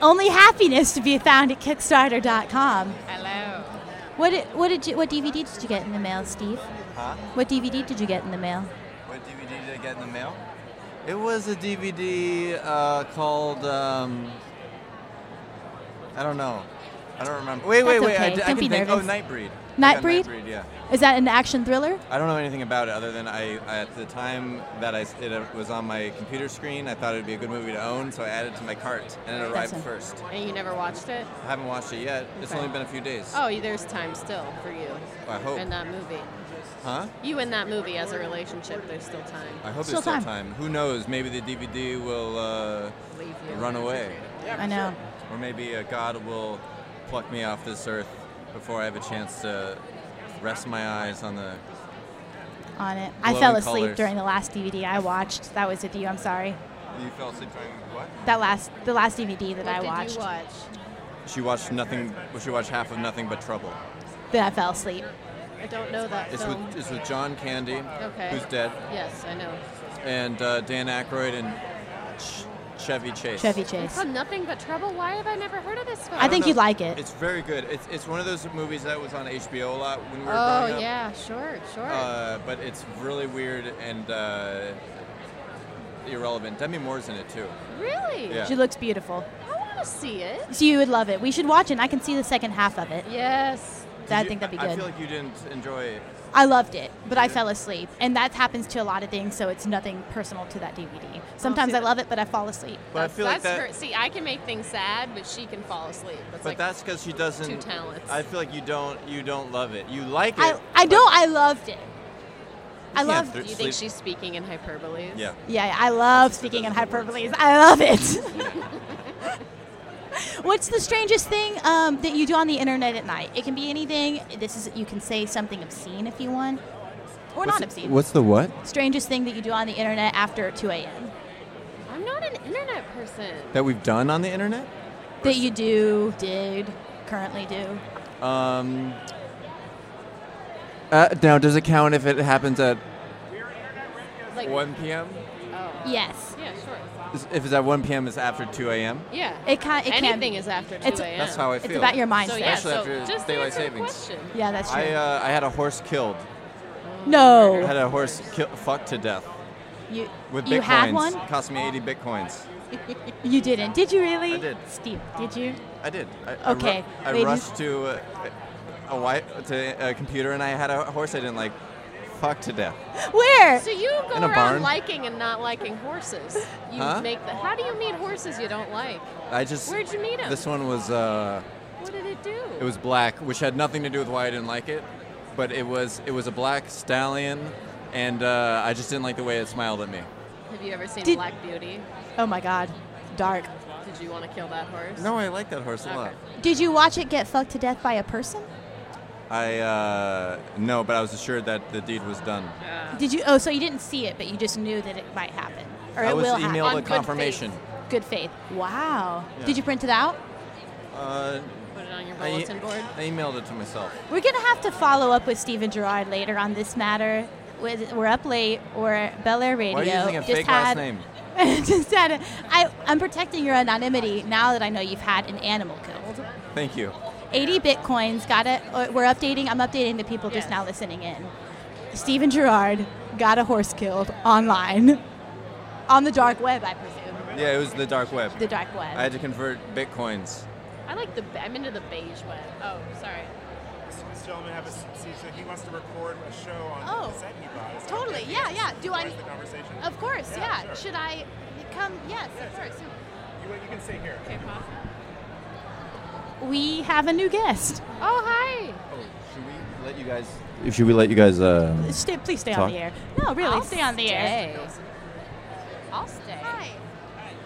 [SPEAKER 1] Only happiness to be found at Kickstarter.com.
[SPEAKER 7] Hello.
[SPEAKER 1] What did, what did you what DVD did you get in the mail, Steve?
[SPEAKER 9] Huh?
[SPEAKER 1] What DVD did you get in the mail?
[SPEAKER 9] What DVD did I get in the mail? It was a DVD uh, called um, I don't know. I don't remember. Wait, wait,
[SPEAKER 1] That's
[SPEAKER 9] wait! I
[SPEAKER 1] okay.
[SPEAKER 9] d-
[SPEAKER 1] Don't
[SPEAKER 9] I, can
[SPEAKER 1] be
[SPEAKER 9] think.
[SPEAKER 1] nervous.
[SPEAKER 9] Oh, Nightbreed. I got
[SPEAKER 1] Nightbreed?
[SPEAKER 9] Nightbreed. Yeah.
[SPEAKER 1] Is that an action thriller?
[SPEAKER 9] I don't know anything about it other than I, I at the time that I s- it uh, was on my computer screen, I thought it would be a good movie to own, so I added it to my cart, and it arrived
[SPEAKER 1] Gotcha.
[SPEAKER 9] first.
[SPEAKER 7] And you never watched it?
[SPEAKER 9] I haven't watched it yet. It's
[SPEAKER 7] Okay.
[SPEAKER 9] only been a few days.
[SPEAKER 7] Oh, you- there's time still for you.
[SPEAKER 9] I hope.
[SPEAKER 7] In that movie.
[SPEAKER 9] Huh?
[SPEAKER 7] You in that movie as a relationship, there's still
[SPEAKER 9] I
[SPEAKER 7] time.
[SPEAKER 9] hope
[SPEAKER 1] Still
[SPEAKER 9] there's still
[SPEAKER 1] time.
[SPEAKER 9] time. Who knows? Maybe the DVD will uh,
[SPEAKER 7] Leave you.
[SPEAKER 9] run away,
[SPEAKER 1] I know.
[SPEAKER 9] or maybe uh, God will pluck me off this earth before I have a chance to rest my eyes on the.
[SPEAKER 1] On it. I
[SPEAKER 9] Glowing
[SPEAKER 1] fell asleep
[SPEAKER 9] colours.
[SPEAKER 1] during the last DVD I watched. That was with you, I'm sorry.
[SPEAKER 9] You fell asleep during what?
[SPEAKER 1] That last the last DVD that
[SPEAKER 7] What
[SPEAKER 1] I
[SPEAKER 7] did
[SPEAKER 1] watched.
[SPEAKER 7] you watch?
[SPEAKER 9] She watched nothing. well, She watched half of Nothing But Trouble.
[SPEAKER 1] Then I fell asleep.
[SPEAKER 7] I don't know that
[SPEAKER 9] It's
[SPEAKER 7] film.
[SPEAKER 9] with it's with John Candy,
[SPEAKER 7] Okay.
[SPEAKER 9] who's dead.
[SPEAKER 7] yes, I know.
[SPEAKER 9] and uh, Dan Aykroyd and Ch- Chevy Chase.
[SPEAKER 1] Chevy
[SPEAKER 7] It's
[SPEAKER 1] Chase.
[SPEAKER 7] called Nothing But Trouble. Why have I never heard of this film?
[SPEAKER 1] I
[SPEAKER 9] don't
[SPEAKER 1] think
[SPEAKER 9] know.
[SPEAKER 1] you'd like it.
[SPEAKER 9] It's very good. It's, it's one of those movies that was on HBO a lot when we were
[SPEAKER 7] Oh
[SPEAKER 9] growing up.
[SPEAKER 7] yeah, sure, sure.
[SPEAKER 9] Uh, but it's really weird and uh, irrelevant. Demi Moore's in it too.
[SPEAKER 7] really?
[SPEAKER 9] Yeah.
[SPEAKER 1] She looks beautiful.
[SPEAKER 7] I want to see it.
[SPEAKER 1] So you would love it. We should watch it. and I can see the second half of it.
[SPEAKER 7] Yes.
[SPEAKER 9] Did
[SPEAKER 1] I
[SPEAKER 9] you-
[SPEAKER 1] think that'd be
[SPEAKER 9] I
[SPEAKER 1] good.
[SPEAKER 9] feel like you didn't enjoy it.
[SPEAKER 1] I loved it, but I fell asleep. And that happens to a lot of things, so it's nothing personal to that DVD. Sometimes
[SPEAKER 7] see
[SPEAKER 1] I
[SPEAKER 7] that.
[SPEAKER 1] love it, but I fall asleep.
[SPEAKER 9] But I feel like
[SPEAKER 7] that's
[SPEAKER 9] that.
[SPEAKER 7] her. See, I can make things sad, but she can fall asleep. That's
[SPEAKER 9] but
[SPEAKER 7] like
[SPEAKER 9] that's because she doesn't.
[SPEAKER 7] two talents.
[SPEAKER 9] I feel like you don't. You don't love it. You like it.
[SPEAKER 1] I, I know I loved it. I
[SPEAKER 9] can't
[SPEAKER 1] love
[SPEAKER 9] through-
[SPEAKER 7] Do you think
[SPEAKER 9] sleep-
[SPEAKER 7] she's speaking in hyperboles?
[SPEAKER 9] Yeah.
[SPEAKER 1] yeah, yeah, I love speaking in hyperboles. I love it. What's the strangest thing um, that you do on the internet at night? It can be anything. This is you can say something obscene if you want, or not obscene.
[SPEAKER 9] What's the what?
[SPEAKER 1] Strangest thing that you do on the internet after 2 a.m.
[SPEAKER 7] I'm not an internet person.
[SPEAKER 9] That we've done on the internet?
[SPEAKER 1] that you do, did, currently do.
[SPEAKER 9] Um, uh, now, does it count if it happens at
[SPEAKER 7] Like,
[SPEAKER 9] 1 p.m.?
[SPEAKER 7] oh,
[SPEAKER 1] Yes.
[SPEAKER 7] Yeah, sure.
[SPEAKER 9] Is- If it's at 1 p.m., it's after 2 a.m.
[SPEAKER 7] Yeah.
[SPEAKER 1] It can. It
[SPEAKER 7] Anything
[SPEAKER 1] can.
[SPEAKER 7] is after 2
[SPEAKER 1] It's-
[SPEAKER 7] a.m.
[SPEAKER 9] That's how I feel.
[SPEAKER 1] It's about your mindset.
[SPEAKER 7] So yeah,
[SPEAKER 9] Especially
[SPEAKER 7] so
[SPEAKER 9] after
[SPEAKER 7] just
[SPEAKER 9] daylight
[SPEAKER 7] answer the
[SPEAKER 9] savings.
[SPEAKER 7] question.
[SPEAKER 1] yeah, that's true.
[SPEAKER 9] I, uh, I had a horse killed. I
[SPEAKER 1] no.
[SPEAKER 9] had a horse ki- fucked to death
[SPEAKER 1] You,
[SPEAKER 9] with bitcoins.
[SPEAKER 1] you had one?
[SPEAKER 9] Cost me 80 bitcoins.
[SPEAKER 1] You didn't. Did you really?
[SPEAKER 9] uh, I did.
[SPEAKER 1] Steve, did you?
[SPEAKER 9] I did. I, I ru-
[SPEAKER 1] Okay,
[SPEAKER 9] I,
[SPEAKER 1] ladies.
[SPEAKER 9] rushed to uh, a white to a computer and I had a horse I didn't like. Fuck to death.
[SPEAKER 1] Where?
[SPEAKER 7] So you go
[SPEAKER 9] In a
[SPEAKER 7] around
[SPEAKER 9] barn?
[SPEAKER 7] liking and not liking horses. You
[SPEAKER 9] Huh?
[SPEAKER 7] make the, How do you meet horses you don't like?
[SPEAKER 9] I just.
[SPEAKER 7] Where'd you meet him?
[SPEAKER 9] This one was. Uh,
[SPEAKER 7] What did it do?
[SPEAKER 9] It was black, which had nothing to do with why I didn't like it, but it was it was a black stallion, and uh, I just didn't like the way it smiled at me.
[SPEAKER 7] Have you ever seen
[SPEAKER 1] Did-
[SPEAKER 7] Black Beauty?
[SPEAKER 1] Oh my God. Dark.
[SPEAKER 7] Did you want to kill that horse?
[SPEAKER 9] No, I like that horse a
[SPEAKER 7] Okay.
[SPEAKER 9] lot.
[SPEAKER 1] Did you watch it get fucked to death by a person?
[SPEAKER 9] I uh, no, but I was assured that the deed was done.
[SPEAKER 1] Did you? Oh, so you didn't see it, but you just knew that it might happen, or
[SPEAKER 9] I
[SPEAKER 1] it
[SPEAKER 9] was
[SPEAKER 1] will
[SPEAKER 9] emailed
[SPEAKER 1] happen.
[SPEAKER 9] a
[SPEAKER 7] good
[SPEAKER 9] confirmation.
[SPEAKER 1] Good faith. Wow.
[SPEAKER 9] Yeah.
[SPEAKER 1] Did you print it out?
[SPEAKER 9] Uh,
[SPEAKER 7] Put it on your
[SPEAKER 9] I,
[SPEAKER 7] bulletin board.
[SPEAKER 9] I emailed it to myself.
[SPEAKER 1] We're gonna have to follow up with Stephen Gerard later on this matter. With- We're up late. We're at Bel Air Radio.
[SPEAKER 9] Why are you using a
[SPEAKER 1] Just
[SPEAKER 9] fake
[SPEAKER 1] had-
[SPEAKER 9] last name?
[SPEAKER 1] just had. A, I, I'm protecting your anonymity now that I know you've had an animal killed.
[SPEAKER 9] Thank you.
[SPEAKER 1] 80 bitcoins. Got it. uh, We're updating. I'm updating the people just
[SPEAKER 7] Yes.
[SPEAKER 1] now listening in. Stephen Gerard got a horse killed online, on the dark web, I presume.
[SPEAKER 9] Yeah, it was the dark web.
[SPEAKER 1] The dark web.
[SPEAKER 9] I had to convert bitcoins.
[SPEAKER 7] I like the. I'm into the beige web. Oh, sorry.
[SPEAKER 11] This gentleman have a seat, so he wants to record a show on
[SPEAKER 1] Oh,
[SPEAKER 11] the set he bought. It's not
[SPEAKER 1] Totally.
[SPEAKER 11] good.
[SPEAKER 1] Yeah, yeah.
[SPEAKER 11] As
[SPEAKER 1] Do
[SPEAKER 11] far
[SPEAKER 1] I?
[SPEAKER 11] as the conversation?
[SPEAKER 1] Of course. Yeah.
[SPEAKER 11] Yeah, sure.
[SPEAKER 1] Should I come? Yes, of course.
[SPEAKER 11] You, you can stay here.
[SPEAKER 7] Okay, pause.
[SPEAKER 1] We have a new guest.
[SPEAKER 7] Oh, hi.
[SPEAKER 9] Should we let you guys? Should we let you guys? Uh,
[SPEAKER 1] Stay, please stay on
[SPEAKER 9] Talk.
[SPEAKER 1] the air. No, really,
[SPEAKER 7] I'll
[SPEAKER 1] stay on the air.
[SPEAKER 7] stay. I'll stay.
[SPEAKER 1] Hi,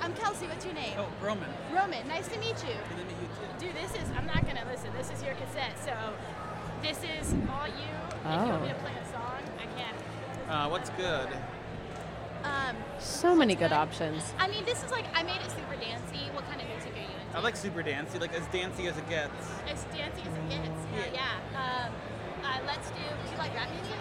[SPEAKER 1] I'm Kelsey. What's your name?
[SPEAKER 4] Oh, Roman.
[SPEAKER 1] Roman. Nice to meet you.
[SPEAKER 4] Good to meet you too.
[SPEAKER 1] Dude, this is. I'm not gonna listen. This is your cassette, so this is all you. If you want me to play a song, I can.
[SPEAKER 4] Uh, what's good?
[SPEAKER 1] Um,
[SPEAKER 7] So many good options.
[SPEAKER 1] I mean, this is like I made it super dancey. What kind of music are you into?
[SPEAKER 4] I like super dancey, like as dancey as it gets.
[SPEAKER 1] As dancey as it gets. Hell yeah. Um, uh, let's do. Do you like rap music?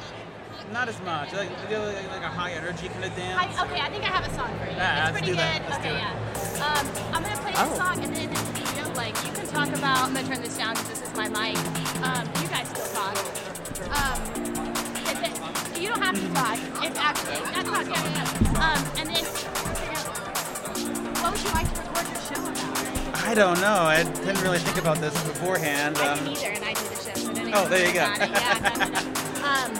[SPEAKER 4] Not as much. I like, I do like, like a high energy kind of
[SPEAKER 1] I,
[SPEAKER 4] dance.
[SPEAKER 1] okay, I think I have a song for you.
[SPEAKER 4] Yeah,
[SPEAKER 1] it's
[SPEAKER 4] let's
[SPEAKER 1] pretty
[SPEAKER 4] do that.
[SPEAKER 1] good.
[SPEAKER 4] Let's
[SPEAKER 1] okay,
[SPEAKER 4] do it.
[SPEAKER 1] yeah. Um, I'm gonna play this
[SPEAKER 9] Oh.
[SPEAKER 1] song and then it's you know, like you can talk about. I'm gonna turn this down because this is my mic. Um, you guys can talk. Um, and then- you don't have to talk. uh, It's actually that's not good. Um, and then what would you like to record your show about?
[SPEAKER 4] I don't know. I didn't really think about this beforehand.
[SPEAKER 1] I didn't
[SPEAKER 4] Um,
[SPEAKER 1] either, and I did the show. So then
[SPEAKER 4] Oh, there you go.
[SPEAKER 1] Yeah, that's enough. um,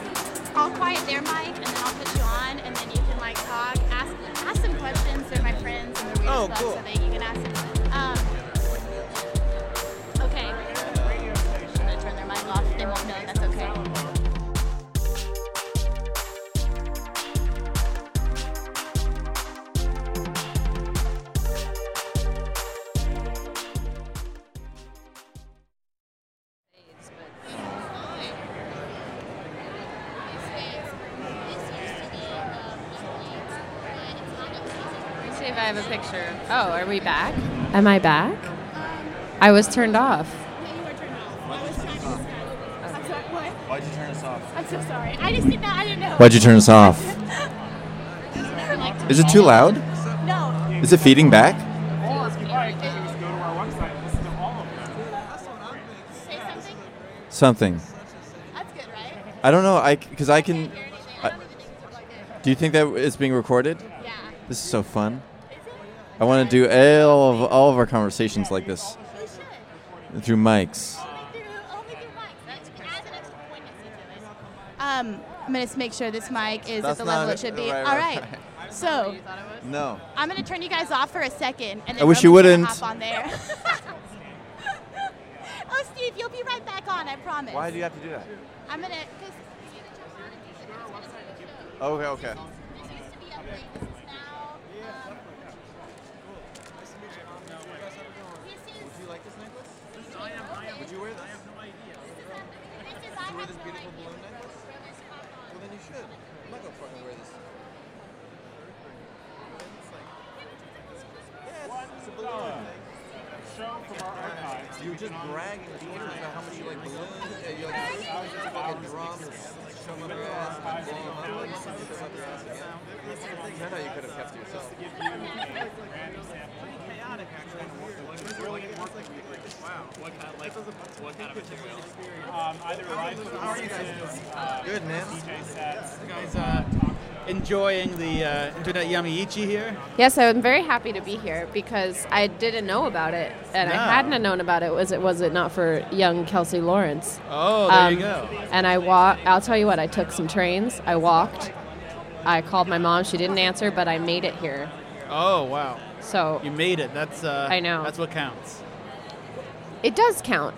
[SPEAKER 1] I'll quiet their mic, and then I'll put you on, and then you can like talk, ask, ask some questions. They're my friends, and they're weird
[SPEAKER 4] Oh,
[SPEAKER 1] as fuck,
[SPEAKER 4] cool.
[SPEAKER 1] so that you can ask. Them. Um, okay. I'm gonna turn their mic off. They won't know. That's okay. um,
[SPEAKER 7] Let me see if I have a picture. Oh, are we back? Am I back? I was turned off.
[SPEAKER 9] Why'd you turn us off?
[SPEAKER 1] I'm so sorry. I just did not. I didn't know.
[SPEAKER 9] Why'd you turn us off? Is it too loud?
[SPEAKER 1] No.
[SPEAKER 9] Is it feeding back?
[SPEAKER 11] Or if you'd like, you can just go to our website and listen to all of them.
[SPEAKER 1] Say something.
[SPEAKER 9] Something.
[SPEAKER 1] That's good, right?
[SPEAKER 9] I don't know. I because I can.
[SPEAKER 1] Hear anything? I
[SPEAKER 9] I-
[SPEAKER 1] don't even think it's like it.
[SPEAKER 9] Do you think that it's being recorded?
[SPEAKER 1] Yeah.
[SPEAKER 9] This is so fun.
[SPEAKER 1] Is it?
[SPEAKER 9] I want to do all of all of our conversations like this
[SPEAKER 1] We Oh, should. Oh,
[SPEAKER 9] through mics.
[SPEAKER 1] Um, I'm gonna just make sure this mic is
[SPEAKER 9] That's
[SPEAKER 1] at the level
[SPEAKER 9] not
[SPEAKER 1] it should be.
[SPEAKER 9] it. Right,
[SPEAKER 1] All
[SPEAKER 9] right,
[SPEAKER 1] right. So
[SPEAKER 9] No.
[SPEAKER 1] I'm gonna turn you guys off for a second, and then
[SPEAKER 9] I wish you
[SPEAKER 1] Roman's gonna
[SPEAKER 9] wouldn't.
[SPEAKER 1] hop on there. oh, Steve, you'll be right back on. I promise.
[SPEAKER 9] Why do you have to do that?
[SPEAKER 1] I'm gonna. Cause
[SPEAKER 9] Okay. Okay.
[SPEAKER 1] this used to be up late. This is now. Um, this is.
[SPEAKER 9] Would you wear this?
[SPEAKER 1] This is. I have no idea.
[SPEAKER 9] Well, then you should. I'm not gonna fucking wear this.
[SPEAKER 11] Show from our archives.
[SPEAKER 9] You're just bragging. You don't know how much you like balloons and you like fucking drums. I know you could have kept to yourself.
[SPEAKER 11] What kind of material? Um, either live performances, uh,
[SPEAKER 4] Good, man.
[SPEAKER 11] DJ sets.
[SPEAKER 4] Guys, uh, enjoying the uh, internet yamaiichi here.
[SPEAKER 7] Yes, I'm very happy to be here because I didn't know about it, and
[SPEAKER 4] No.
[SPEAKER 7] I hadn't have known about it was it was it not for young Kelsey Lawrence. Um,
[SPEAKER 4] Oh, there you go.
[SPEAKER 7] And I walk. I'll tell you what. I took some trains. I walked. I called my mom. She didn't answer, but I made it here.
[SPEAKER 4] Oh wow!
[SPEAKER 7] So
[SPEAKER 4] you made it. That's uh,
[SPEAKER 7] I know.
[SPEAKER 4] That's what counts.
[SPEAKER 7] It does count.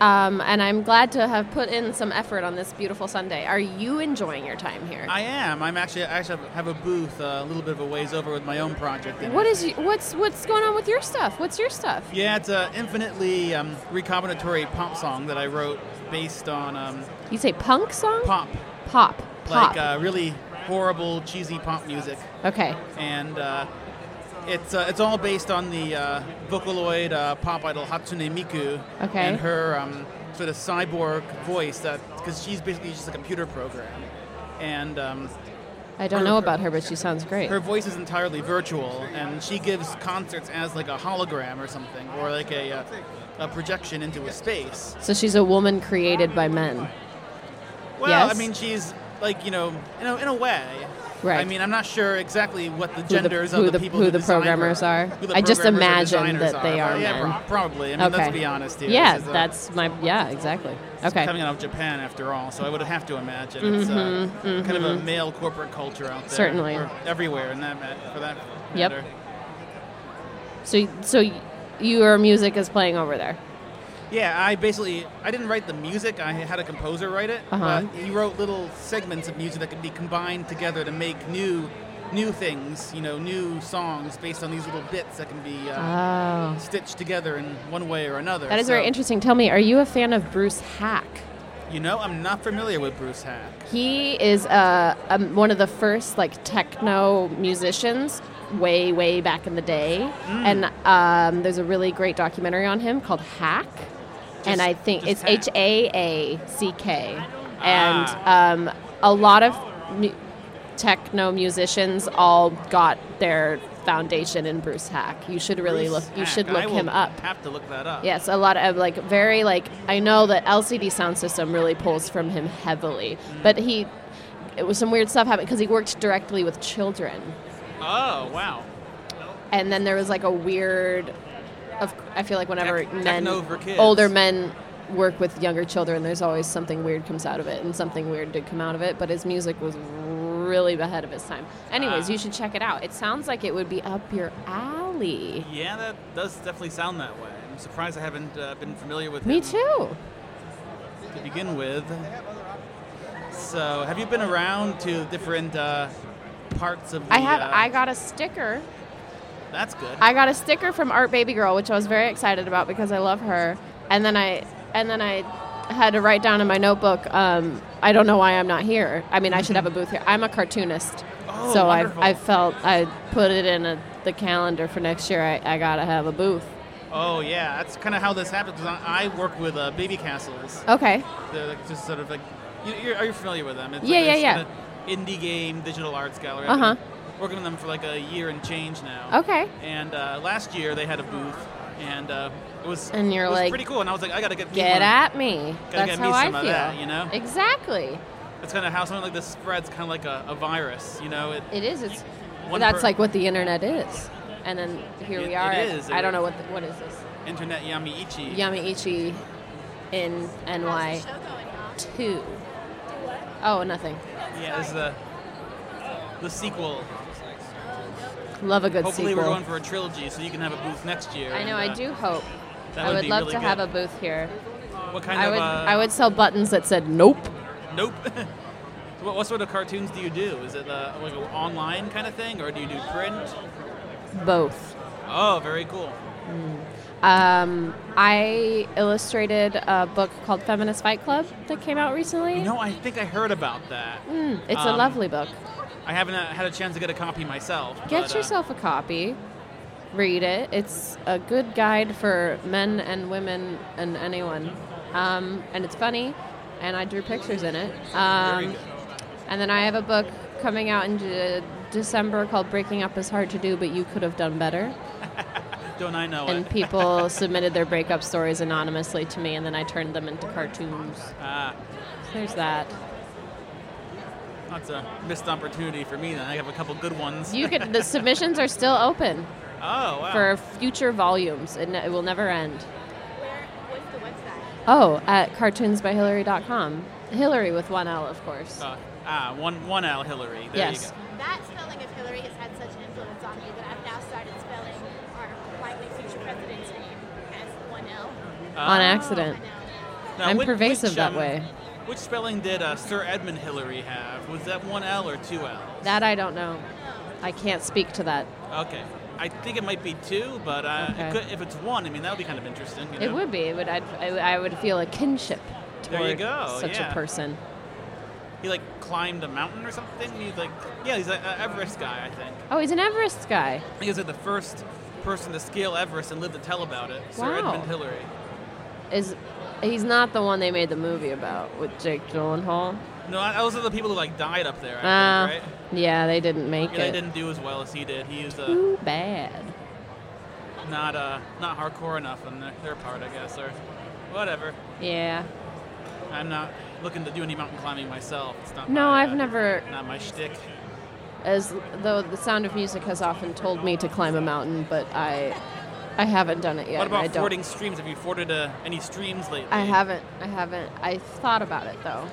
[SPEAKER 7] Um, and I'm glad to have put in some effort on this beautiful Sunday. Are you enjoying your time here?
[SPEAKER 4] I am. I'm actually I actually have a booth uh, a little bit of a ways over with my own project. in
[SPEAKER 7] What
[SPEAKER 4] it.
[SPEAKER 7] is y- what's what's going on with your stuff? What's your stuff?
[SPEAKER 4] Yeah, it's an infinitely um, recombinatory pop song that I wrote based on um,
[SPEAKER 7] You say punk song?
[SPEAKER 4] Pop.
[SPEAKER 7] Pop. Pop.
[SPEAKER 4] like uh, really horrible cheesy pop music.
[SPEAKER 7] Okay.
[SPEAKER 4] And uh, it's uh, it's all based on the uh, Vocaloid uh, pop idol Hatsune Miku
[SPEAKER 7] Okay.
[SPEAKER 4] and her um, sort of cyborg voice that because she's basically just a computer program and. Um,
[SPEAKER 7] I don't know about her, but she sounds great.
[SPEAKER 4] her voice is entirely virtual, and she gives concerts as like a hologram or something, or like a, uh a projection into a space.
[SPEAKER 7] So she's a woman created by men.
[SPEAKER 4] Well,
[SPEAKER 7] yes.
[SPEAKER 4] I mean, she's like you know, in a, in a way.
[SPEAKER 7] Right.
[SPEAKER 4] I mean, I'm not sure exactly what
[SPEAKER 7] Who
[SPEAKER 4] the
[SPEAKER 7] the-
[SPEAKER 4] genders
[SPEAKER 7] who
[SPEAKER 4] of the
[SPEAKER 7] the-
[SPEAKER 4] people
[SPEAKER 7] who
[SPEAKER 4] who
[SPEAKER 7] the
[SPEAKER 4] designed her-
[SPEAKER 7] programmers are?
[SPEAKER 4] who the
[SPEAKER 7] I just
[SPEAKER 4] programmers or
[SPEAKER 7] imagine
[SPEAKER 4] designers
[SPEAKER 7] that they
[SPEAKER 4] are.
[SPEAKER 7] are
[SPEAKER 4] But yeah,
[SPEAKER 7] men.
[SPEAKER 4] pro- probably. I mean,
[SPEAKER 7] Okay.
[SPEAKER 4] let's be honest here.
[SPEAKER 7] Yeah,
[SPEAKER 4] This is a-
[SPEAKER 7] that's my yeah, exactly.
[SPEAKER 4] it's
[SPEAKER 7] Okay.
[SPEAKER 4] Coming out of Japan, after all, so I would have to imagine it's uh,
[SPEAKER 7] Mhm,
[SPEAKER 4] kind of a
[SPEAKER 7] mhm.
[SPEAKER 4] male corporate culture out there,
[SPEAKER 7] Certainly.
[SPEAKER 4] or everywhere, in that ma- for that
[SPEAKER 7] Yep.
[SPEAKER 4] matter.
[SPEAKER 7] So so y- your music is playing over there.
[SPEAKER 4] Yeah, I basically I didn't write the music. I had a composer write it,
[SPEAKER 7] Uh-huh.
[SPEAKER 4] but he wrote little segments of music that could be combined together to make new new things. You know, new songs based on these little bits that can be uh,
[SPEAKER 7] Oh.
[SPEAKER 4] stitched together in one way or another.
[SPEAKER 7] That is very
[SPEAKER 4] So,
[SPEAKER 7] interesting. Tell me, are you a fan of Bruce Hack?
[SPEAKER 4] You know, I'm not familiar with Bruce Hack.
[SPEAKER 7] He is uh, um, one of the first like techno musicians way way back in the day,
[SPEAKER 4] Mm.
[SPEAKER 7] and um, there's a really great documentary on him called Hack, and
[SPEAKER 12] Just-
[SPEAKER 7] I think
[SPEAKER 12] just
[SPEAKER 7] it's
[SPEAKER 12] Hack.
[SPEAKER 7] H A A C K, and
[SPEAKER 4] Ah.
[SPEAKER 7] um, a lot of mu- techno musicians all got their foundation in Bruce Hack. You should really
[SPEAKER 4] Bruce
[SPEAKER 7] look. You
[SPEAKER 4] Hack.
[SPEAKER 7] should look
[SPEAKER 4] I will
[SPEAKER 7] him up.
[SPEAKER 4] Have to look that up.
[SPEAKER 7] Yes, a lot of like very like I know that LCD sound system really pulls from him heavily, but he it was some weird stuff happened because he worked directly with children,
[SPEAKER 4] Oh wow.
[SPEAKER 7] and then there was like a weird. Of I feel like whenever
[SPEAKER 4] Tech-
[SPEAKER 7] men
[SPEAKER 4] techno for kids.
[SPEAKER 7] older men work with younger children, there's always something weird comes out of it, and something weird did come out of it. But his music was really ahead of his time. Anyways,
[SPEAKER 4] Ah.
[SPEAKER 7] you should check it out. It sounds like it would be up your alley.
[SPEAKER 4] Yeah, that does definitely sound that way. I'm surprised I haven't uh, been familiar with
[SPEAKER 7] Me
[SPEAKER 4] him
[SPEAKER 7] too.
[SPEAKER 4] to begin with. So, have you been around to different uh, parts of the?
[SPEAKER 7] I have.
[SPEAKER 4] uh,
[SPEAKER 7] I got a sticker
[SPEAKER 4] That's good.
[SPEAKER 7] I got a sticker from Art Baby Girl, which I was very excited about because I love her. And then I and then I had to write down in my notebook. Um, I don't know why I'm not here. I mean, I should have a booth here. I'm a cartoonist,
[SPEAKER 12] Oh,
[SPEAKER 7] so I
[SPEAKER 12] wonderful.
[SPEAKER 7] I felt I put it in a, the calendar for next year. I, I gotta have a booth.
[SPEAKER 4] Oh yeah, that's kind of how this happens. 'cause I, I work with uh, baby castles.
[SPEAKER 7] Okay.
[SPEAKER 4] They're like, just sort of like, you, you're, are you familiar with them? It's
[SPEAKER 7] Yeah,
[SPEAKER 4] like
[SPEAKER 7] yeah,
[SPEAKER 4] this
[SPEAKER 7] yeah.
[SPEAKER 4] kinda indie game, digital arts gallery.
[SPEAKER 7] Uh-huh.
[SPEAKER 4] I've been Working with them for like a year and change now.
[SPEAKER 7] Okay.
[SPEAKER 4] And uh, last year they had a booth, and uh, it was
[SPEAKER 7] And you're
[SPEAKER 4] it was
[SPEAKER 7] like,
[SPEAKER 4] pretty cool. And I was like, I gotta get me
[SPEAKER 7] Get
[SPEAKER 4] one.
[SPEAKER 7] at me.
[SPEAKER 4] Gotta
[SPEAKER 7] That's
[SPEAKER 4] get me
[SPEAKER 7] how I
[SPEAKER 4] some
[SPEAKER 7] feel.
[SPEAKER 4] of that, you know?
[SPEAKER 7] Exactly.
[SPEAKER 4] That's kind of how something like this spreads, kind of like a, a virus. You know, it,
[SPEAKER 7] It is. It's.
[SPEAKER 4] One
[SPEAKER 7] that's
[SPEAKER 4] per-
[SPEAKER 7] like what the internet is. And then here
[SPEAKER 4] It-
[SPEAKER 7] we
[SPEAKER 4] it
[SPEAKER 7] are.
[SPEAKER 4] is.
[SPEAKER 7] I don't know what the, what is this.
[SPEAKER 4] internet yamiichi.
[SPEAKER 7] Yamaichi in NY two. Oh, nothing.
[SPEAKER 4] Yeah, this is the the sequel.
[SPEAKER 7] Love a good
[SPEAKER 4] Hopefully
[SPEAKER 7] sequel.
[SPEAKER 4] we're going for a trilogy, so you can have a booth next year.
[SPEAKER 7] I know.
[SPEAKER 4] and,
[SPEAKER 7] I
[SPEAKER 4] uh,
[SPEAKER 7] do hope.
[SPEAKER 4] that
[SPEAKER 7] I would
[SPEAKER 4] be
[SPEAKER 7] love
[SPEAKER 4] really
[SPEAKER 7] to
[SPEAKER 4] good.
[SPEAKER 7] have a booth here.
[SPEAKER 4] What kind
[SPEAKER 7] I
[SPEAKER 4] of?
[SPEAKER 7] would.
[SPEAKER 4] uh,
[SPEAKER 7] I would sell buttons that said "Nope."
[SPEAKER 4] Nope. So what, what sort of cartoons do you do? Is it uh, like an online kind of thing, or do you do print?
[SPEAKER 7] Both.
[SPEAKER 4] Oh, very cool.
[SPEAKER 7] Um, I illustrated a book called Feminist Fight Club that came out recently.
[SPEAKER 4] You know, I think I heard about that.
[SPEAKER 7] Mm, it's a
[SPEAKER 4] Um,
[SPEAKER 7] lovely book.
[SPEAKER 4] I haven't uh, had a chance to get a copy myself.
[SPEAKER 7] Get
[SPEAKER 4] but, uh,
[SPEAKER 7] yourself a copy. Read it. It's a good guide for men and women and anyone. Um, and it's funny. and I drew pictures in it. Um, and then I have a book coming out in de- December called "Breaking Up Is Hard to Do, But You Could Have Done Better."
[SPEAKER 4] Don't Oh, I know
[SPEAKER 7] And
[SPEAKER 4] it?
[SPEAKER 7] people submitted their breakup stories anonymously to me, and then I turned them into cartoons.
[SPEAKER 4] Ah,
[SPEAKER 7] There's that.
[SPEAKER 4] that's a missed opportunity for me. Then I have a couple good ones.
[SPEAKER 7] You could. The submissions are still open
[SPEAKER 4] oh wow.
[SPEAKER 7] for future volumes, and it will never end.
[SPEAKER 1] Where, what's the website?
[SPEAKER 7] Oh, at cartoonsbyhillary.com. Hillary with one L, of course.
[SPEAKER 4] Uh, ah, one one L Hillary. There
[SPEAKER 7] yes.
[SPEAKER 4] You
[SPEAKER 1] That spelling of Hillary has had such influence on me that I've now started spelling our likely future president's name as one L.
[SPEAKER 4] go.
[SPEAKER 7] On
[SPEAKER 4] Ah.
[SPEAKER 7] accident.
[SPEAKER 4] Now,
[SPEAKER 7] I'm
[SPEAKER 4] which-
[SPEAKER 7] pervasive
[SPEAKER 4] which,
[SPEAKER 7] that
[SPEAKER 4] um,
[SPEAKER 7] way.
[SPEAKER 4] Which spelling did uh, Sir Edmund Hillary have? Was that one L or two L?
[SPEAKER 7] That I don't know. I can't speak to that.
[SPEAKER 4] Okay. I think it might be two, but uh, it
[SPEAKER 7] Okay.
[SPEAKER 4] could- if it's one, I mean, that would be kind of interesting. you
[SPEAKER 7] It
[SPEAKER 4] know?
[SPEAKER 7] would be. It would. I'd, I, I would feel a kinship
[SPEAKER 4] There you
[SPEAKER 7] toward
[SPEAKER 4] go,
[SPEAKER 7] such
[SPEAKER 4] yeah.
[SPEAKER 7] a person.
[SPEAKER 4] He like climbed a mountain or something. He's like, yeah, he's an Everest guy, I think.
[SPEAKER 7] Oh, he's an Everest guy.
[SPEAKER 4] He was like the first person to scale Everest and live to tell about it. Sir
[SPEAKER 7] Wow.
[SPEAKER 4] Edmund Hillary.
[SPEAKER 7] Is he's not the one they made the movie about with Jake Gyllenhaal?
[SPEAKER 4] No, I- those are the people who like died up there. I
[SPEAKER 7] Ah,
[SPEAKER 4] think, right?
[SPEAKER 7] yeah, they didn't make
[SPEAKER 4] Yeah, they
[SPEAKER 7] it.
[SPEAKER 4] didn't do as well as he did. He was uh,
[SPEAKER 7] Too bad.
[SPEAKER 4] not uh, not hardcore enough on their, their part, I guess, or whatever.
[SPEAKER 7] Yeah.
[SPEAKER 4] I'm not looking to do any mountain climbing myself. It's not.
[SPEAKER 7] No,
[SPEAKER 4] my,
[SPEAKER 7] I've
[SPEAKER 4] uh,
[SPEAKER 7] never-
[SPEAKER 4] Not my shtick.
[SPEAKER 7] As though the Sound of Music has often told me to climb a mountain, but I, I haven't done it yet.
[SPEAKER 4] what
[SPEAKER 7] and I
[SPEAKER 4] about
[SPEAKER 7] don't-
[SPEAKER 4] fording streams? Have you forded uh, any streams lately?
[SPEAKER 7] I haven't. I haven't. I've thought about it though,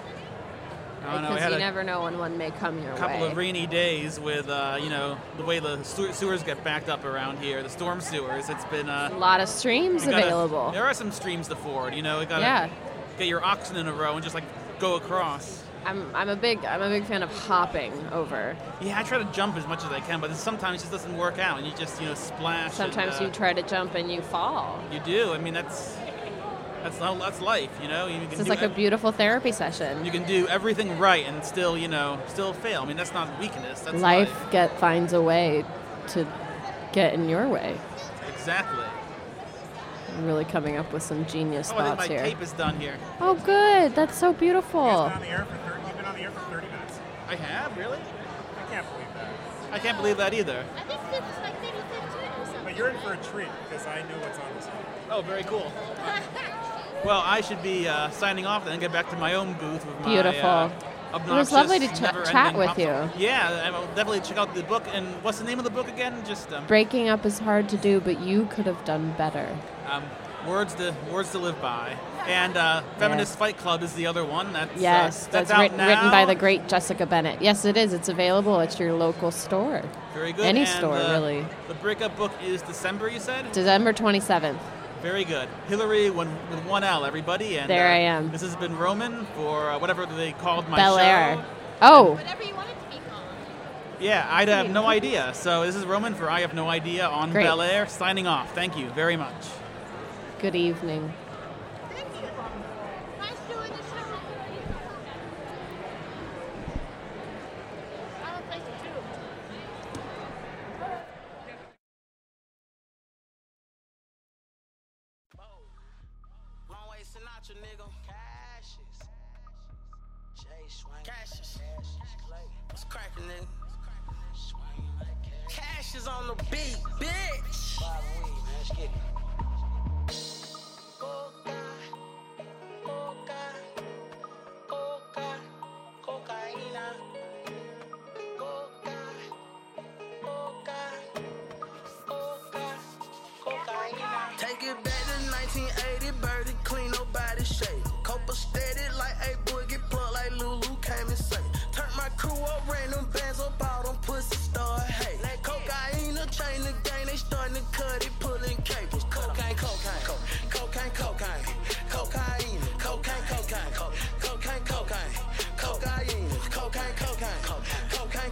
[SPEAKER 4] I don't know. I
[SPEAKER 7] because
[SPEAKER 4] had
[SPEAKER 7] you
[SPEAKER 4] a
[SPEAKER 7] never know when one may come your
[SPEAKER 4] couple
[SPEAKER 7] way.
[SPEAKER 4] of rainy days with uh, you know the way the sewer- sewers get backed up around here, the storm sewers. It's been uh,
[SPEAKER 7] a lot of streams
[SPEAKER 4] you gotta-
[SPEAKER 7] available.
[SPEAKER 4] there are some streams to ford. You know, you gotta
[SPEAKER 7] Yeah.
[SPEAKER 4] get your oxen in a row and just like go across.
[SPEAKER 7] I'm, I'm a big I'm a big fan of hopping over.
[SPEAKER 4] Yeah, I try to jump as much as I can, but sometimes it just doesn't work out, and you just you know splash. and,
[SPEAKER 7] Sometimes
[SPEAKER 4] uh,
[SPEAKER 7] you try to jump and you fall.
[SPEAKER 4] You do. I mean, that's that's not, that's life. You know, you can
[SPEAKER 7] This is
[SPEAKER 4] do
[SPEAKER 7] like a
[SPEAKER 4] ev-
[SPEAKER 7] beautiful therapy session.
[SPEAKER 4] you can do everything right and still you know still fail. I mean, that's not weakness. That's
[SPEAKER 7] Life get finds a way to get in your way.
[SPEAKER 4] Exactly.
[SPEAKER 7] I'm really coming up with some genius
[SPEAKER 4] Oh, I think
[SPEAKER 7] thoughts
[SPEAKER 4] my
[SPEAKER 7] here.
[SPEAKER 4] tape is done here.
[SPEAKER 7] Oh, good. That's so beautiful.
[SPEAKER 8] You've been on the air for 30, you've been on the air for 30 minutes.
[SPEAKER 4] I have really.
[SPEAKER 8] I can't believe that.
[SPEAKER 4] I can't believe that either.
[SPEAKER 1] I think this is like maybe 15 or something.
[SPEAKER 8] But you're in for a treat because I know what's on this.
[SPEAKER 4] Oh, very cool. Well, I should be uh, signing off then and get back to my own booth with my
[SPEAKER 7] Beautiful.
[SPEAKER 4] Uh,
[SPEAKER 7] It was lovely to
[SPEAKER 4] obnoxious,
[SPEAKER 7] ch-
[SPEAKER 4] never-ending
[SPEAKER 7] chat with
[SPEAKER 4] pop-
[SPEAKER 7] you.
[SPEAKER 4] Yeah, I will definitely check out the book. And what's the name of the book again? Just um,
[SPEAKER 7] Breaking up is hard to do, but you could have done better.
[SPEAKER 4] um, words to words to live by. And uh, Feminist
[SPEAKER 7] Yes.
[SPEAKER 4] Fight Club is the other one. That's
[SPEAKER 7] Yes, that's,
[SPEAKER 4] uh, that's, out
[SPEAKER 7] written,
[SPEAKER 4] now.
[SPEAKER 7] written by the great Jessica Bennett. Yes, it is. It's available at your local store.
[SPEAKER 4] Very good.
[SPEAKER 7] Any
[SPEAKER 4] And uh,
[SPEAKER 7] store,
[SPEAKER 4] the-
[SPEAKER 7] really.
[SPEAKER 4] The breakup book is December. You said.
[SPEAKER 7] December 27th.
[SPEAKER 4] Very good. Hillary when, with one L, everybody. And
[SPEAKER 7] There
[SPEAKER 4] uh,
[SPEAKER 7] I am.
[SPEAKER 4] This has been Roman for uh, whatever they called my
[SPEAKER 7] Bel
[SPEAKER 4] show.
[SPEAKER 7] Air. Oh,
[SPEAKER 1] Whatever you want it to be called.
[SPEAKER 4] Yeah, I have no idea. So this is Roman for I have no idea on
[SPEAKER 7] Great.
[SPEAKER 4] Bel Air. Signing off. Thank you very much.
[SPEAKER 7] good evening.
[SPEAKER 1] Thank you. Nice doing the show. I would like to too.
[SPEAKER 12] Long way Sinatra, nigga. Cassius. Jay Swing. Cassius. What's cracking, nigga? Cash is on the beat, bitch. Coca, coca, coca, cocaína. Coca, coca, coca, cocaína. Take it back to 1980, birdie clean, nobody shake. Copa steady like a boogie, plug like Lulu came and say. Turn my crew up, random bands up, all them pussy start hate. That cocaine, chain the gang, they starting to cut it, pulling cables. Cocaine, cocaine, co- cocaine, cocaine, cocaine, cocaine, cocaine, co- cocaine, cocaine, cocaine, cocaine, cocaine, co- cocaine, cocaine, cocaine, cocaine,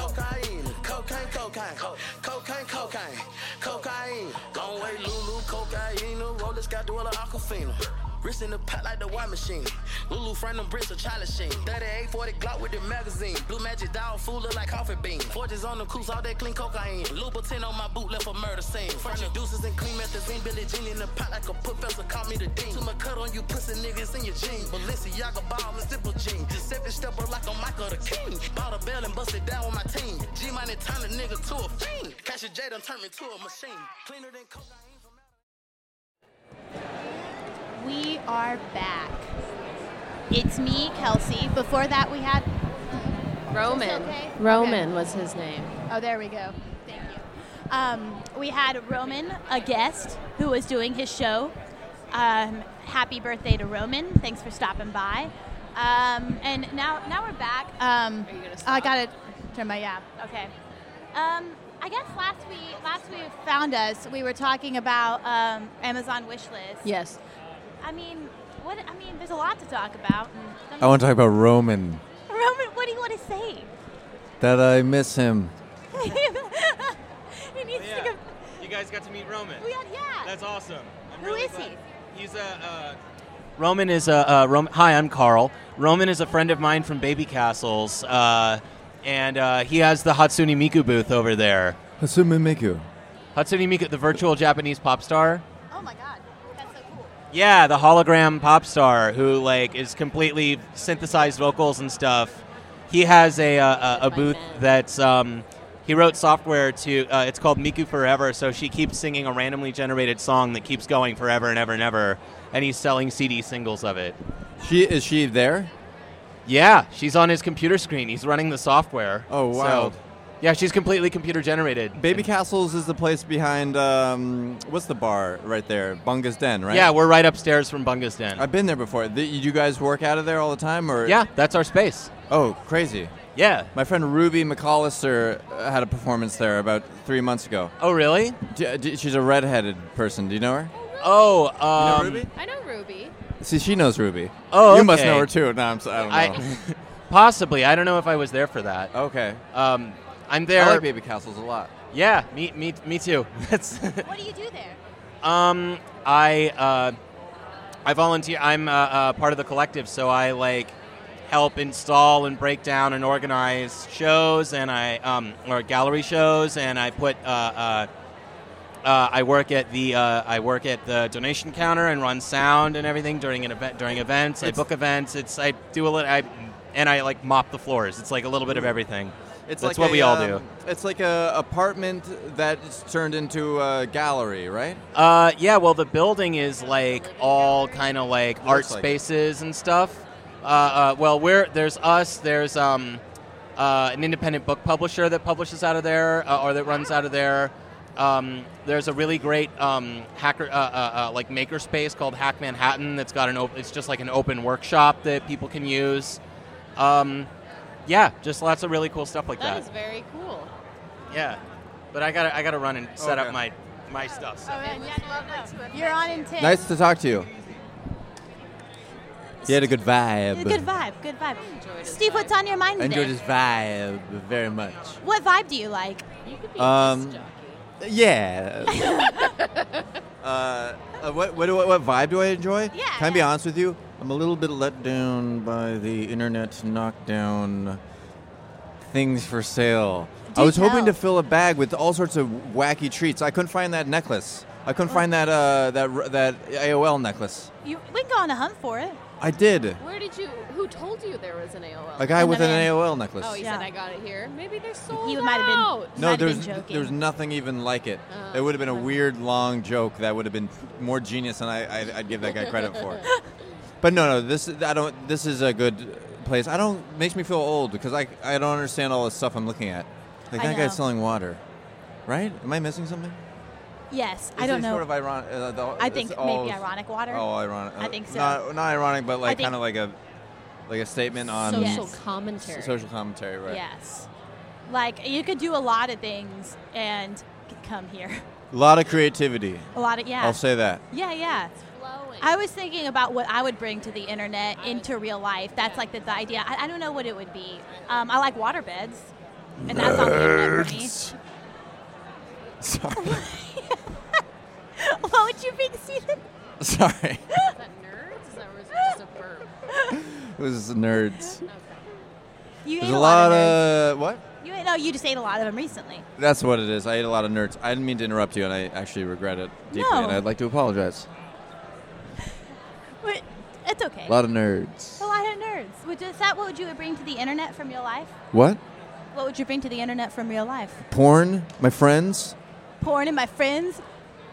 [SPEAKER 12] cocaine, co- cocaine, cocaine, cocaine. Long way Lulu, cocaine, rollers got the aquafina. Wrist in the pot like the wine machine. Lulu frame them bricks a child machine. 38 40 Glock with the magazine. Blue magic doll fool look like coffee bean. Forges on the coops, all that clean cocaine. Lubertin on my boot left a murder scene. French deuces and clean methazine. Billy Jean in the pot like a put fella call me the dean. Too much cut on you pussy niggas in your jeans. Balenciaga ball and simple jean. Giuseppe stepper like a Michael the King. Bought a bell and busted down with my team. G money turned a nigga to a fiend. Cash a J done turned me to a machine. Cleaner than cocaine.
[SPEAKER 1] We are back. It's me, Kelsey. Before that, we had
[SPEAKER 7] Roman.
[SPEAKER 1] Is this okay?
[SPEAKER 7] Roman was his name.
[SPEAKER 1] Oh, there we go. Thank you. Um, we had Roman, a guest who was doing his show. Um, happy birthday to Roman! Thanks for stopping by. Um, and now, now we're back. Um, I gotta turn my yeah. Okay. Um, I guess last we last we found us, we were talking about um, Amazon wish list.
[SPEAKER 7] Yes.
[SPEAKER 1] I mean, what? I mean, there's a lot to talk about.
[SPEAKER 9] I want to talk about Roman.
[SPEAKER 1] Roman, what do you want to say?
[SPEAKER 9] That I miss him.
[SPEAKER 1] he needs to go.
[SPEAKER 13] You guys got to meet Roman.
[SPEAKER 1] We had, yeah.
[SPEAKER 13] That's awesome. I'm
[SPEAKER 1] Who
[SPEAKER 13] really
[SPEAKER 1] is he?
[SPEAKER 13] he? He's a. Uh, Roman is a. Uh, Rom- Hi, I'm Carl. Roman is a friend of mine from Baby Castles, uh, and uh, he has the Hatsune Miku booth over there.
[SPEAKER 9] Hasumi Miku.
[SPEAKER 13] Hatsune Miku, the virtual Japanese pop star.
[SPEAKER 1] Oh my god, that's so cool.
[SPEAKER 13] Yeah, the hologram pop star who like is completely synthesized vocals and stuff. He has a uh, a, a, a booth that's um, he wrote software to. Uh, it's called Miku Forever, so she keeps singing a randomly generated song that keeps going forever and ever and ever. And he's selling CD singles of it.
[SPEAKER 9] She is she there?
[SPEAKER 13] Yeah, she's on his computer screen. He's running the software.
[SPEAKER 9] Oh,
[SPEAKER 13] So-
[SPEAKER 9] wild.
[SPEAKER 13] yeah, she's completely computer generated.
[SPEAKER 9] Baby Castles is the place behind um, what's the bar right there? Bunga's Den, right?
[SPEAKER 13] Yeah, we're right upstairs from Bunga's Den.
[SPEAKER 9] I've been there before. Th you guys work out of there all the time, or
[SPEAKER 13] Yeah, that's our space.
[SPEAKER 9] Oh, crazy.
[SPEAKER 13] Yeah.
[SPEAKER 9] My friend Ruby McAllister uh, had a performance there about three months ago.
[SPEAKER 13] Oh, really?
[SPEAKER 9] she's a redheaded person. Do you know her?
[SPEAKER 13] Oh, um,
[SPEAKER 9] Ruby?
[SPEAKER 7] I know Ruby.
[SPEAKER 9] See, she knows Ruby.
[SPEAKER 13] Oh,
[SPEAKER 9] you must
[SPEAKER 13] okay.
[SPEAKER 9] know her too. No, I'm sorry. I don't know.
[SPEAKER 13] I, possibly. I don't know if I was there for that.
[SPEAKER 9] Okay.
[SPEAKER 13] Um, I'm there.
[SPEAKER 9] I like Baby Castles a lot.
[SPEAKER 13] Yeah, me, me, me too. That's.
[SPEAKER 1] What do you do there?
[SPEAKER 13] um, I, uh, I volunteer. I'm uh, uh, part of the collective, so I like help install and break down and organize shows, and I um, or gallery shows, and I put. Uh, uh, uh, I work at the uh, I work at the donation counter and run sound and everything during an event during events. I book events. It's I do a little I and I like mop the floors. It's like a little bit of everything.
[SPEAKER 9] It's like
[SPEAKER 13] That's what
[SPEAKER 9] a,
[SPEAKER 13] we all
[SPEAKER 9] um,
[SPEAKER 13] do.
[SPEAKER 9] It's like a apartment that's turned into a gallery, right?
[SPEAKER 13] Uh, yeah, well, the building is like all kind of like art
[SPEAKER 9] Looks like it.
[SPEAKER 13] spaces and stuff. Uh, uh, well, we're, there's us, there's um, uh, an independent book publisher that publishes out of there uh, or that runs out of there. Um, there's a really great um, hacker, uh, uh, uh, like makerspace called Hack Manhattan that's got an open, it's just like an open workshop that people can use. Um, yeah, just lots of really cool stuff like
[SPEAKER 7] That
[SPEAKER 13] that.
[SPEAKER 7] is very cool.
[SPEAKER 13] yeah, but I gotta, I gotta run and set
[SPEAKER 9] Okay.
[SPEAKER 13] up my, my stuff. so-
[SPEAKER 1] You're on intent.
[SPEAKER 9] Nice to talk to you. He had a good vibe.
[SPEAKER 1] Good vibe, good vibe. Steve, what's on your mind
[SPEAKER 9] I enjoyed
[SPEAKER 1] today?
[SPEAKER 9] his vibe very much.
[SPEAKER 1] What vibe do you like?
[SPEAKER 9] Um, yeah. uh, uh, what, what, do I- what vibe do I enjoy? Yeah. Can I be honest with you? I'm a little bit let down by the internet knockdown things for sale.
[SPEAKER 14] Do
[SPEAKER 9] I was
[SPEAKER 14] tell.
[SPEAKER 9] hoping to fill a bag with all sorts of wacky treats. I couldn't find that necklace. I couldn't find that uh, that r- that AOL necklace.
[SPEAKER 1] You, we can go on a hunt for it.
[SPEAKER 9] I did.
[SPEAKER 7] Where did you? Who told you there was an AOL?
[SPEAKER 9] A guy with an AOL necklace.
[SPEAKER 7] Oh, you said I got it here. Maybe they're sold
[SPEAKER 1] You
[SPEAKER 7] out.
[SPEAKER 1] might have been-
[SPEAKER 9] No,
[SPEAKER 1] Might have been
[SPEAKER 9] there's
[SPEAKER 1] joking.
[SPEAKER 9] there's nothing even like it.
[SPEAKER 7] Oh.
[SPEAKER 9] it would have been a weird long joke that would have been more genius than I, I'd, I'd give that guy credit for. But no, no, this I don't. This is a good place. I don't makes me feel old because I I don't understand all the stuff I'm looking at. Like
[SPEAKER 1] I
[SPEAKER 9] that
[SPEAKER 1] know.
[SPEAKER 9] guy's selling water, right? Am I missing something?
[SPEAKER 1] Yes, I
[SPEAKER 9] Isn't
[SPEAKER 1] don't
[SPEAKER 9] it
[SPEAKER 1] know.
[SPEAKER 9] Sort of ironic. Uh, the-
[SPEAKER 1] I
[SPEAKER 9] it's
[SPEAKER 1] think
[SPEAKER 9] all-
[SPEAKER 1] maybe ironic water.
[SPEAKER 9] Oh, ironic.
[SPEAKER 1] I think so.
[SPEAKER 9] Not, not ironic, but
[SPEAKER 1] I
[SPEAKER 9] like
[SPEAKER 1] think-
[SPEAKER 9] kind of like a like a statement on
[SPEAKER 1] Social Yes. commentary.
[SPEAKER 9] s- social commentary, right?
[SPEAKER 1] Yes. Like you could do a lot of things and c- come here.
[SPEAKER 9] A lot of creativity.
[SPEAKER 1] A lot of yeah.
[SPEAKER 9] I'll say that.
[SPEAKER 1] Yeah, yeah. I was thinking about what I would bring to the internet into real life. That's like the, the idea. I, I don't know what it would be. Um, I like water beds, and that's on the internet for me.
[SPEAKER 9] Sorry.
[SPEAKER 1] what would you be, Stephen?
[SPEAKER 9] Sorry. It was nerds.
[SPEAKER 1] You
[SPEAKER 9] There's
[SPEAKER 1] ate
[SPEAKER 9] a
[SPEAKER 1] a lot
[SPEAKER 9] lot
[SPEAKER 1] of
[SPEAKER 9] of what?
[SPEAKER 1] You ate- no, you just ate a lot of them recently.
[SPEAKER 9] That's what it is. I ate a lot of nerds. I didn't mean to interrupt you, and I actually regret it deeply,
[SPEAKER 1] No.
[SPEAKER 9] and I'd like to apologize.
[SPEAKER 1] But it's okay.
[SPEAKER 9] A lot of nerds.
[SPEAKER 1] A lot of nerds. Would, is that what would you would bring to the internet from your life?
[SPEAKER 9] What?
[SPEAKER 1] What would you bring to the internet from real life?
[SPEAKER 9] Porn? My friends?
[SPEAKER 1] Porn and my friends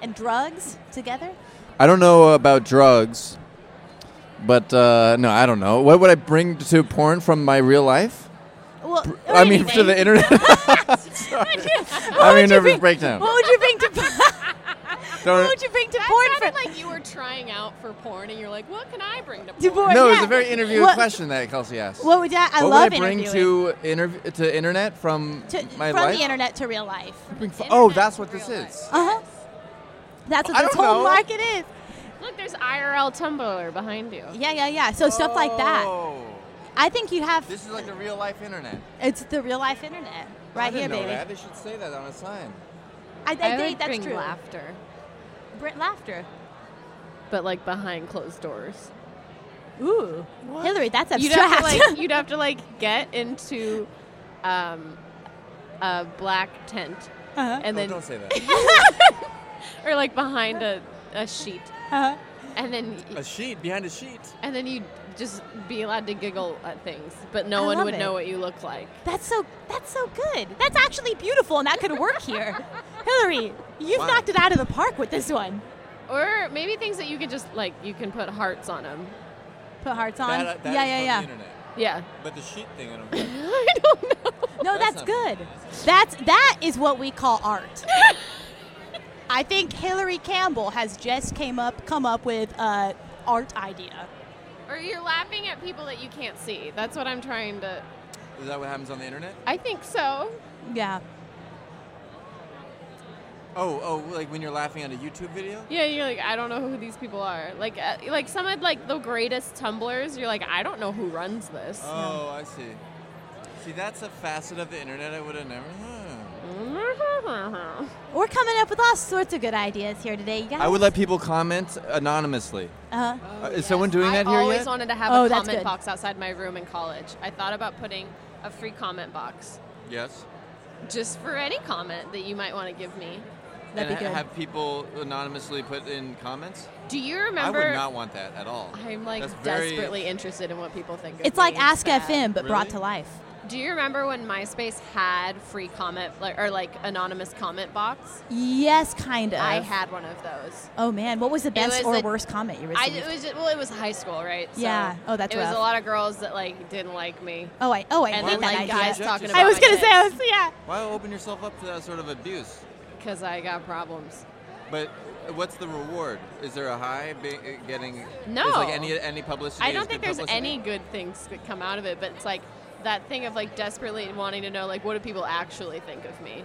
[SPEAKER 1] and drugs together?
[SPEAKER 9] I don't know about drugs, but uh, no, I don't know. What would I bring to porn from my real life?
[SPEAKER 1] Well, or
[SPEAKER 9] I mean, to
[SPEAKER 1] anything.
[SPEAKER 9] the internet. Sorry.
[SPEAKER 1] Would you- what
[SPEAKER 9] I'm having a
[SPEAKER 1] would you
[SPEAKER 9] nervous
[SPEAKER 1] bring-
[SPEAKER 9] breakdown.
[SPEAKER 1] What would you bring to
[SPEAKER 9] Don't-
[SPEAKER 1] What would you bring to
[SPEAKER 14] that
[SPEAKER 1] porn
[SPEAKER 14] sounded
[SPEAKER 1] for-
[SPEAKER 14] like you were trying out for porn, and you're like, "What can I bring to
[SPEAKER 1] To
[SPEAKER 14] porn?"
[SPEAKER 1] porn,
[SPEAKER 9] no, it's
[SPEAKER 1] yeah.
[SPEAKER 9] a very interview
[SPEAKER 1] What-
[SPEAKER 9] question that Kelsey asked.
[SPEAKER 1] What would I- I
[SPEAKER 9] What
[SPEAKER 1] love
[SPEAKER 9] would I bring to interv- to internet from
[SPEAKER 1] to,
[SPEAKER 9] my
[SPEAKER 1] from
[SPEAKER 9] life?
[SPEAKER 1] the internet to real life?
[SPEAKER 9] oh, that's what this is.
[SPEAKER 7] Uh-huh.
[SPEAKER 1] Uh huh. That's what
[SPEAKER 7] I
[SPEAKER 1] this
[SPEAKER 7] don't
[SPEAKER 1] whole
[SPEAKER 7] know.
[SPEAKER 1] market is.
[SPEAKER 7] Look, there's IRL Tumblr behind you.
[SPEAKER 1] Yeah, yeah, yeah. So stuff like
[SPEAKER 9] Oh.
[SPEAKER 1] that. I think you have.
[SPEAKER 9] This is like the real life internet.
[SPEAKER 1] It's the real life internet right
[SPEAKER 9] I didn't
[SPEAKER 1] here,
[SPEAKER 9] know
[SPEAKER 1] baby.
[SPEAKER 9] That. They should say that on a sign.
[SPEAKER 1] I, I,
[SPEAKER 7] I
[SPEAKER 1] think
[SPEAKER 7] would
[SPEAKER 1] that's
[SPEAKER 7] bring
[SPEAKER 1] true.
[SPEAKER 7] laughter.
[SPEAKER 1] Br- laughter.
[SPEAKER 7] But like behind closed doors.
[SPEAKER 1] Ooh, Hillary, that's abstract.
[SPEAKER 7] You'd have to like you'd have to like get into um, a black tent and
[SPEAKER 1] Uh-huh.
[SPEAKER 9] Oh,
[SPEAKER 7] then
[SPEAKER 9] don't say that.
[SPEAKER 7] or like behind a, a sheet.
[SPEAKER 1] Uh-huh.
[SPEAKER 7] And then
[SPEAKER 9] a sheet behind a sheet.
[SPEAKER 7] and then you'd just be allowed to giggle at things, but no
[SPEAKER 1] I
[SPEAKER 7] one
[SPEAKER 1] love
[SPEAKER 7] would
[SPEAKER 1] it.
[SPEAKER 7] know what you look like.
[SPEAKER 1] That's so. That's so good. That's actually beautiful, and that could work here. Hillary, you've
[SPEAKER 7] Wow.
[SPEAKER 1] knocked it out of the park with this one.
[SPEAKER 7] Or maybe things that you could just like you can put hearts on them.
[SPEAKER 1] Put hearts on.
[SPEAKER 9] That- uh, that
[SPEAKER 1] yeah,
[SPEAKER 9] is
[SPEAKER 1] yeah,
[SPEAKER 9] from
[SPEAKER 1] yeah.
[SPEAKER 9] the internet.
[SPEAKER 7] Yeah.
[SPEAKER 9] But the sheet thing, I don't get.
[SPEAKER 1] No,
[SPEAKER 9] That's
[SPEAKER 1] that's,
[SPEAKER 9] not-
[SPEAKER 1] good. That's that is what we call art. I think Hillary Campbell has just came up come up with a art idea.
[SPEAKER 7] Or you're laughing at people that you can't see. That's what I'm trying to.
[SPEAKER 9] Is that what happens on the internet?
[SPEAKER 7] I think so.
[SPEAKER 1] Yeah.
[SPEAKER 9] Oh, oh, like when you're laughing at a YouTube video?
[SPEAKER 7] Yeah, you're like, I don't know who these people are. Like, uh, like some of like the greatest tumblers. You're like, I don't know who runs this.
[SPEAKER 9] Oh, I see. See, that's a facet of the internet I would have never.
[SPEAKER 7] Mm-hmm.
[SPEAKER 1] We're coming up with all sorts of good ideas here today, you guys.
[SPEAKER 9] I would let people comment anonymously.
[SPEAKER 1] Uh-huh.
[SPEAKER 9] Uh, is someone doing that here
[SPEAKER 7] Oh, I always
[SPEAKER 9] yet?
[SPEAKER 7] wanted to have
[SPEAKER 1] Oh,
[SPEAKER 7] a
[SPEAKER 1] that's
[SPEAKER 7] comment
[SPEAKER 1] good.
[SPEAKER 7] box outside my room in college. I thought about putting a free comment box
[SPEAKER 9] yes.
[SPEAKER 7] just for any comment that you might want to give me.
[SPEAKER 9] and ha- have people anonymously put in comments?
[SPEAKER 7] Do you remember?
[SPEAKER 9] I would not want that at all.
[SPEAKER 7] I'm like
[SPEAKER 9] That's very-
[SPEAKER 7] desperately interested in what people think. Of
[SPEAKER 1] It's like
[SPEAKER 7] me.
[SPEAKER 1] Ask
[SPEAKER 7] bad.
[SPEAKER 1] FM but brought
[SPEAKER 9] Really?
[SPEAKER 1] to life.
[SPEAKER 7] Do you remember when MySpace had free comment like, or like anonymous comment box?
[SPEAKER 1] Yes, kind of.
[SPEAKER 7] I had one of those.
[SPEAKER 1] Oh man, what was the
[SPEAKER 7] It
[SPEAKER 1] best
[SPEAKER 7] was
[SPEAKER 1] or
[SPEAKER 7] a-
[SPEAKER 1] worst comment you
[SPEAKER 7] I,
[SPEAKER 1] received?
[SPEAKER 7] it was just, well, it was high school, right?
[SPEAKER 1] Yeah. Oh, that's
[SPEAKER 7] It was
[SPEAKER 1] rough.
[SPEAKER 7] a lot of girls that like didn't like me.
[SPEAKER 1] oh, I oh I
[SPEAKER 7] and
[SPEAKER 1] hate
[SPEAKER 7] then
[SPEAKER 1] that
[SPEAKER 7] like
[SPEAKER 1] idea.
[SPEAKER 7] guys talking about.
[SPEAKER 1] I was
[SPEAKER 7] my
[SPEAKER 1] gonna say, I
[SPEAKER 7] tits.
[SPEAKER 1] was, yeah.
[SPEAKER 9] Why open yourself up to that sort of abuse?
[SPEAKER 7] Because I got problems.
[SPEAKER 9] But uh, what's the reward? Is there a high be- uh, getting?
[SPEAKER 7] No.
[SPEAKER 9] Is like any any publicity?
[SPEAKER 7] I
[SPEAKER 9] is
[SPEAKER 7] don't
[SPEAKER 9] good
[SPEAKER 7] think there's
[SPEAKER 9] publicity?
[SPEAKER 7] any good things that come out of it, but it's like that thing of like desperately wanting to know like what do people actually think of me.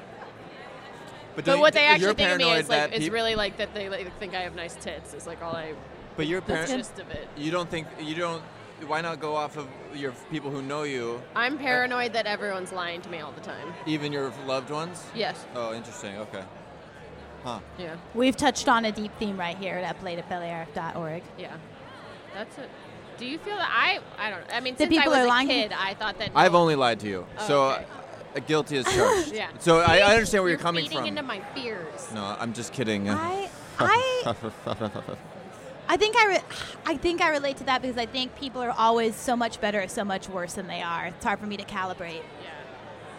[SPEAKER 7] But,
[SPEAKER 9] don't you-
[SPEAKER 7] what they
[SPEAKER 9] you're
[SPEAKER 7] actually think of me
[SPEAKER 9] paranoid
[SPEAKER 7] is like
[SPEAKER 9] that
[SPEAKER 7] is
[SPEAKER 9] peop-
[SPEAKER 7] really like that they like, think I have nice tits. Is like all I.
[SPEAKER 9] But you're
[SPEAKER 7] the
[SPEAKER 9] paranoid.
[SPEAKER 7] gist of it.
[SPEAKER 9] You don't think you don't. Why not go off of your people who know you,
[SPEAKER 7] I'm paranoid that everyone's lying to me all the time.
[SPEAKER 9] even your loved ones?
[SPEAKER 7] Yes.
[SPEAKER 9] Oh, interesting. Okay. Huh.
[SPEAKER 7] Yeah.
[SPEAKER 1] We've touched on a deep theme right here at playtobelair.org.
[SPEAKER 7] Yeah. That's it. Do you feel that I? I don't. I mean,
[SPEAKER 1] The
[SPEAKER 7] since I
[SPEAKER 1] people
[SPEAKER 7] was
[SPEAKER 1] are
[SPEAKER 7] a
[SPEAKER 1] lying to you?
[SPEAKER 7] kid, I thought that.
[SPEAKER 9] I've only lied to you,
[SPEAKER 7] Oh,
[SPEAKER 9] so uh, guilty as charged.
[SPEAKER 7] Yeah.
[SPEAKER 9] So I, I
[SPEAKER 7] See?
[SPEAKER 9] understand where
[SPEAKER 7] You're
[SPEAKER 9] you're, coming
[SPEAKER 7] feeding
[SPEAKER 9] from.
[SPEAKER 7] into my fears.
[SPEAKER 9] no, I'm just kidding.
[SPEAKER 1] I- I- I think I, re- I think I relate to that because I think people are always so much better, so much worse than they are. It's hard for me to calibrate.